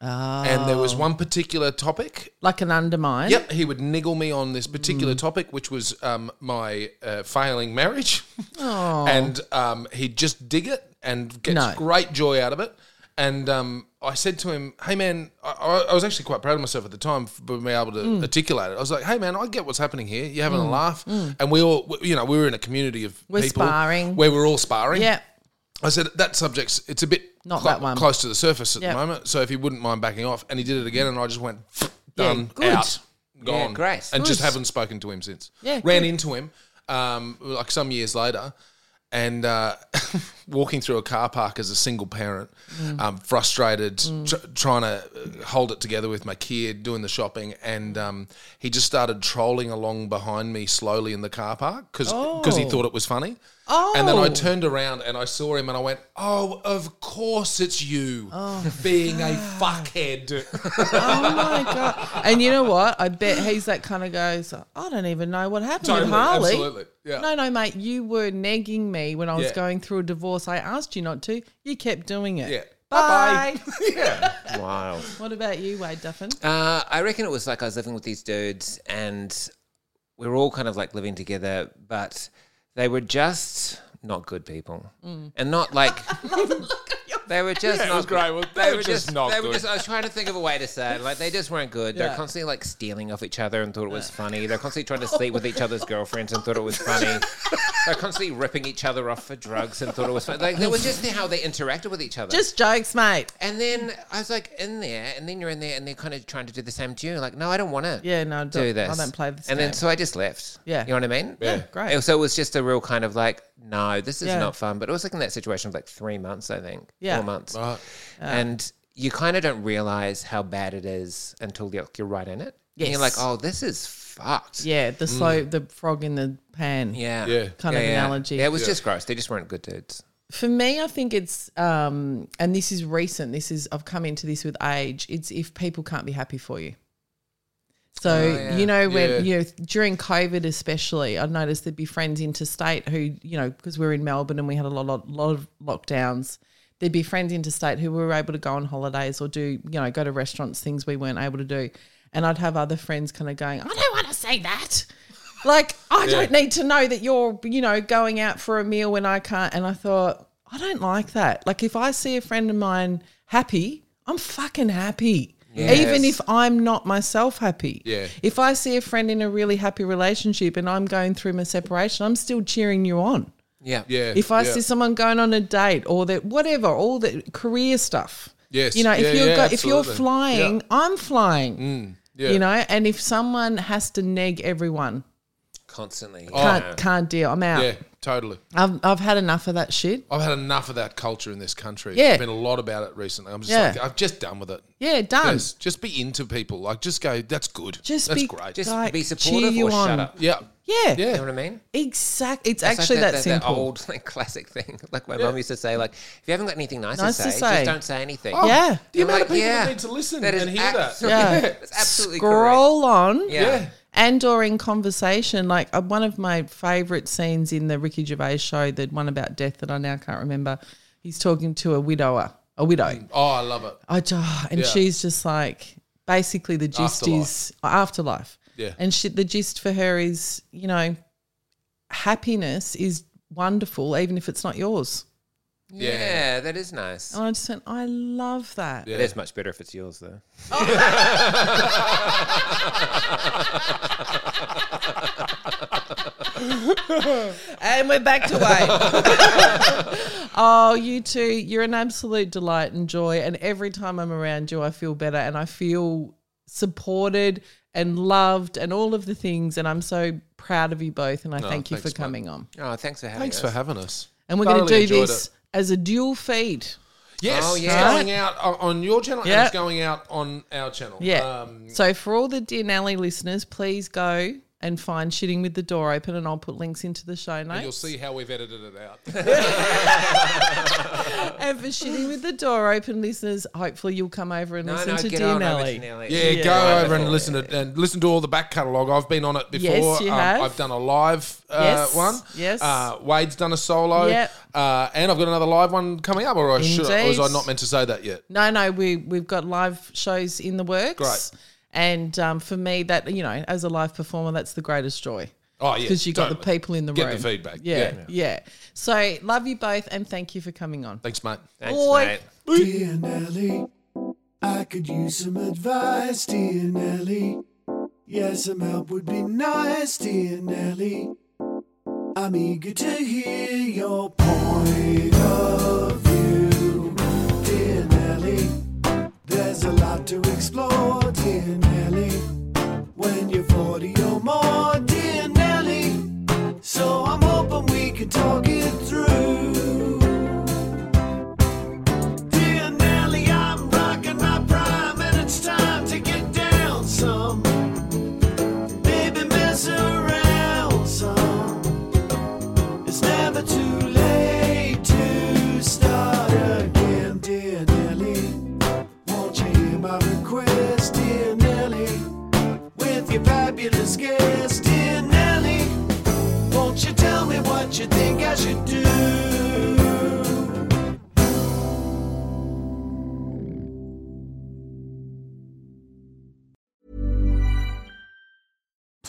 S6: And there was one particular topic.
S1: Like an undermine.
S6: Yep, he would niggle me on this particular
S1: Mm.
S6: topic, which was um, my uh, failing marriage, and um, he'd just dig it and gets
S1: No.
S6: great joy out of it. And um, I said to him, "Hey man, I- I, I was actually quite proud of myself at the time for being able to
S1: Mm.
S6: articulate it. I was like, "Hey man, I get what's happening here. You're having a laugh, and we all, we- you know, we were in a community of
S1: Mm. We're
S6: people
S1: sparring.
S6: where we're all sparring.
S1: Yeah.
S6: I said that subject's it's a bit
S1: Not
S6: clo-
S1: that one.
S6: close to the surface at
S1: Yep.
S6: the moment. So if he wouldn't mind backing off, and he did it again, and I just went
S1: Yeah,
S6: done
S1: good.
S6: out gone
S5: great.
S6: and just
S1: Good.
S6: haven't spoken to him since.
S1: Yeah,
S6: ran
S1: good.
S6: into him um, like some years later. And uh, walking through a car park as a single parent,
S1: Mm.
S6: um, frustrated, tr- trying to uh, hold it together with my kid, doing the shopping, and um, he just started trolling along behind me slowly in the car park because he
S1: Oh.
S6: thought it was funny. And then I
S1: Oh.
S6: turned around and I saw him and I went, "Oh, of course it's you, being a fuckhead."
S1: Oh my God. And you know what? I bet he's that kind of goes, I don't even know what happened
S6: Totally,
S1: with Harley.
S6: absolutely, yeah.
S1: No, no, mate. You were negging me when I was
S6: Yeah.
S1: going through a divorce. I asked you not to. You kept doing it.
S6: yeah.
S1: Bye.
S6: yeah.
S5: wow.
S1: What about you, Wade Duffin?
S5: Uh, I reckon it was like I was living with these dudes, and we were all kind of like living together, but they were just not good people, and not like they were just
S6: Yeah, it
S5: not.
S6: was great. Well,
S5: They, were just, not. They were just. I was trying to think of a way to say it. Like they just weren't good. They're
S1: Yeah.
S5: constantly like stealing off each other and thought it was funny. They're constantly trying to sleep with each other's girlfriends and thought it was funny. They're constantly ripping each other off for drugs and thought it was funny. Like that was just how they interacted with each other.
S1: Just jokes, mate.
S5: And then I was like in there, and then you're in there, and they're kind of trying to do the same to you. Like, no, I don't want to.
S1: Yeah, no, I
S5: do
S1: don't- I
S5: this.
S1: don't play this
S5: And
S1: game.
S5: then so I just left.
S1: Yeah.
S5: you know what I mean. Yeah,
S1: great.
S5: And so it was just a real kind of like, no, this is
S1: Yeah.
S5: not fun. But it was like in that situation of like three months, I think.
S1: Yeah.
S5: four months. And you kind of don't realize how bad it is until you're, you're right in it. And
S1: Yes.
S5: you're like, oh, this is fucked.
S1: Yeah, the slow, the frog in the pan.
S5: Yeah.
S6: Mm. Yeah.
S1: Kind of analogy.
S5: Yeah, it was just gross. They just weren't good dudes.
S1: For me, I think it's, um, and this is recent. This is I've come into this with age. It's if people can't be happy for you. So you know when
S6: Oh, Yeah.
S1: you know during COVID especially, I noticed there'd be friends interstate who you know because we're in Melbourne and we had a lot, lot, lot of lockdowns. There'd be friends interstate who were able to go on holidays or do you know go to restaurants, things we weren't able to do. And I'd have other friends kind of going, I don't want to say that. Like, I don't need to know that you're, you know, going out for a meal when I can't. And I thought, I don't like that. Like, if I see a friend of mine happy, I'm fucking happy. Even if I'm not myself happy.
S6: Yeah.
S1: If I see a friend in a really happy relationship and I'm going through my separation, I'm still cheering you on.
S5: Yeah.
S6: Yeah.
S1: If I
S6: yeah.
S1: see someone going on a date or that whatever, all the career stuff.
S6: Yes,
S1: You know,
S6: yeah,
S1: if you're
S6: yeah,
S1: go, if you're
S6: absolutely.
S1: flying,
S6: Yeah. Mm,
S1: I'm flying.
S6: yeah.
S1: You know, and if someone has to neg everyone,
S5: Constantly.
S1: can't
S5: Oh, yeah.
S1: can't deal. I'm out.
S6: yeah, totally.
S1: I've I've had enough of that shit.
S6: I've had enough of that culture in this country.
S1: Yeah.
S6: There's been a lot about it recently. I'm just
S1: Yeah.
S6: like, I've just done with it.
S1: Yeah, done.
S6: Yes, just be into people. Like, just go. That's good.
S1: Just
S6: that's
S1: be
S6: great.
S5: Just
S1: Like,
S5: be
S1: cheer
S5: supportive
S1: you
S5: or
S1: on.
S5: shut up.
S6: yeah,
S1: Yeah.
S6: Yeah.
S5: You know what I mean?
S1: Exact. It's
S5: It's like
S1: actually
S5: that,
S1: that,
S5: that, that
S1: simple.
S5: old like, classic thing. Like my mum used to say, like, if you haven't got anything nice,
S1: Nice to
S5: to, say,
S1: say.
S5: just don't say anything.
S6: Oh,
S1: Yeah.
S6: The
S5: I'm
S6: amount of
S5: like,
S6: people
S5: yeah,
S6: that need to listen
S5: that is
S6: and hear that.
S5: absolutely-
S1: Yeah.
S5: That's absolutely correct.
S1: Scroll on.
S5: Yeah.
S6: Yeah.
S1: and or in conversation like uh, one of my favorite scenes in the ricky gervais show the one about death that i now can't remember he's talking to a widower a widow
S5: Mm.
S6: Oh, I love it.
S1: I just, and
S6: Yeah.
S1: she's just like basically the gist
S6: Afterlife.
S1: is uh, afterlife.
S6: Yeah.
S1: And she, the gist for her is, you know, happiness is wonderful even if it's not yours.
S5: Yeah.
S6: Yeah.
S5: that is nice.
S1: And I just went, I love that.
S5: It is much better if it's yours, though.
S1: And we're back to Wayne. oh, you two, you're an absolute delight and joy. And every time I'm around you, I feel better and I feel supported and loved and all of the things. And I'm so proud of you both. And I thank you for
S6: Oh, thanks, mate.
S1: coming on.
S5: Oh, thanks for having
S6: Thanks
S5: us.
S6: for having us.
S1: And we're going to
S6: Thoroughly
S1: do
S6: enjoyed
S1: this
S6: it.
S1: as a dual feed.
S6: Yes,
S5: Oh,
S6: it's
S5: yeah.
S6: going out o- on your channel
S1: Yeah.
S6: and it's going out on our channel.
S1: Yeah.
S6: Um,
S1: so for all the Dear Nelly listeners, please go and find Shitting with the Door Open, and I'll put links into the show notes.
S6: you'll see how we've edited it out.
S1: And for Shitting with the Door Open listeners, hopefully you'll come over and
S5: No,
S1: listen
S5: no,
S1: to
S5: get
S1: Dear
S5: on
S1: Nelly.
S5: Nelly.
S6: Yeah, go over and listen to and listen to all the back catalogue. I've been on it before.
S1: Yes, you
S6: um,
S1: have.
S6: I've done a live uh,
S1: Yes,
S6: one.
S1: yes.
S6: Uh, Wade's done a solo.
S1: Yep.
S6: Uh, and I've got another live one coming up, or I should. Or was I
S1: Indeed.
S6: not meant to say that yet?
S1: No, no, we we've got live shows in the works.
S6: Great.
S1: And um, for me, that you know, as a live performer, that's the greatest joy.
S6: Oh yeah,
S1: Because you got the
S6: totally.
S1: people in the
S6: Get the
S1: room.
S6: feedback.
S1: Yeah, yeah,
S6: Yeah.
S1: So love you both, and thank you for coming on.
S6: Thanks, mate.
S5: Thanks,
S1: Boy.
S5: mate.
S3: Dear Nelly, E. I could use some advice, dear Nelly. E. Yeah, some help would be nice, dear Nelly. E. I'm eager to hear your point of view, dear Nelly. E. There's a lot to explore, dear Nelly. E. When you're 40 or more, dear Nelly. E. So I'm hoping we can talk it through. Dear Nelly, I'm rocking my prime, and it's time to get down some. Baby, mess around some. It's never too late to start again, dear Nelly. Won't you hear my request, dear Nelly? With your fabulous guest, dear Nelly. Won't you tell me what you think I should do?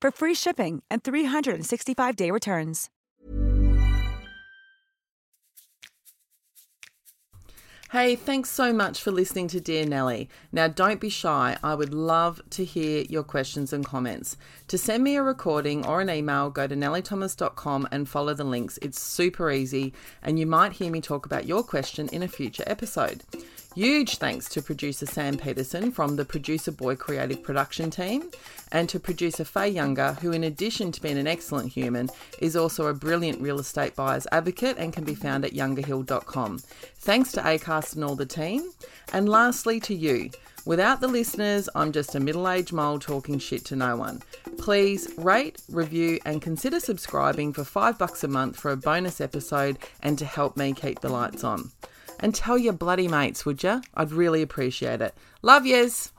S2: for free shipping and 365-day returns.
S1: Hey, thanks so much for listening to Dear Nelly. Now, don't be shy. I would love to hear your questions and comments. To send me a recording or an email, go to nellythomas.com and follow the links. It's super easy, and you might hear me talk about your question in a future episode. Huge thanks to producer Sam Peterson from the Producer Boy Creative Production team and to producer Faye Younger, who, in addition to being an excellent human, is also a brilliant real estate buyer's advocate and can be found at youngerhill.com. Thanks to ACAST and all the team. And lastly, to you. Without the listeners, I'm just a middle aged mole talking shit to no one. Please rate, review, and consider subscribing for five bucks a month for a bonus episode and to help me keep the lights on. And tell your bloody mates, would ya? I'd really appreciate it. Love yous.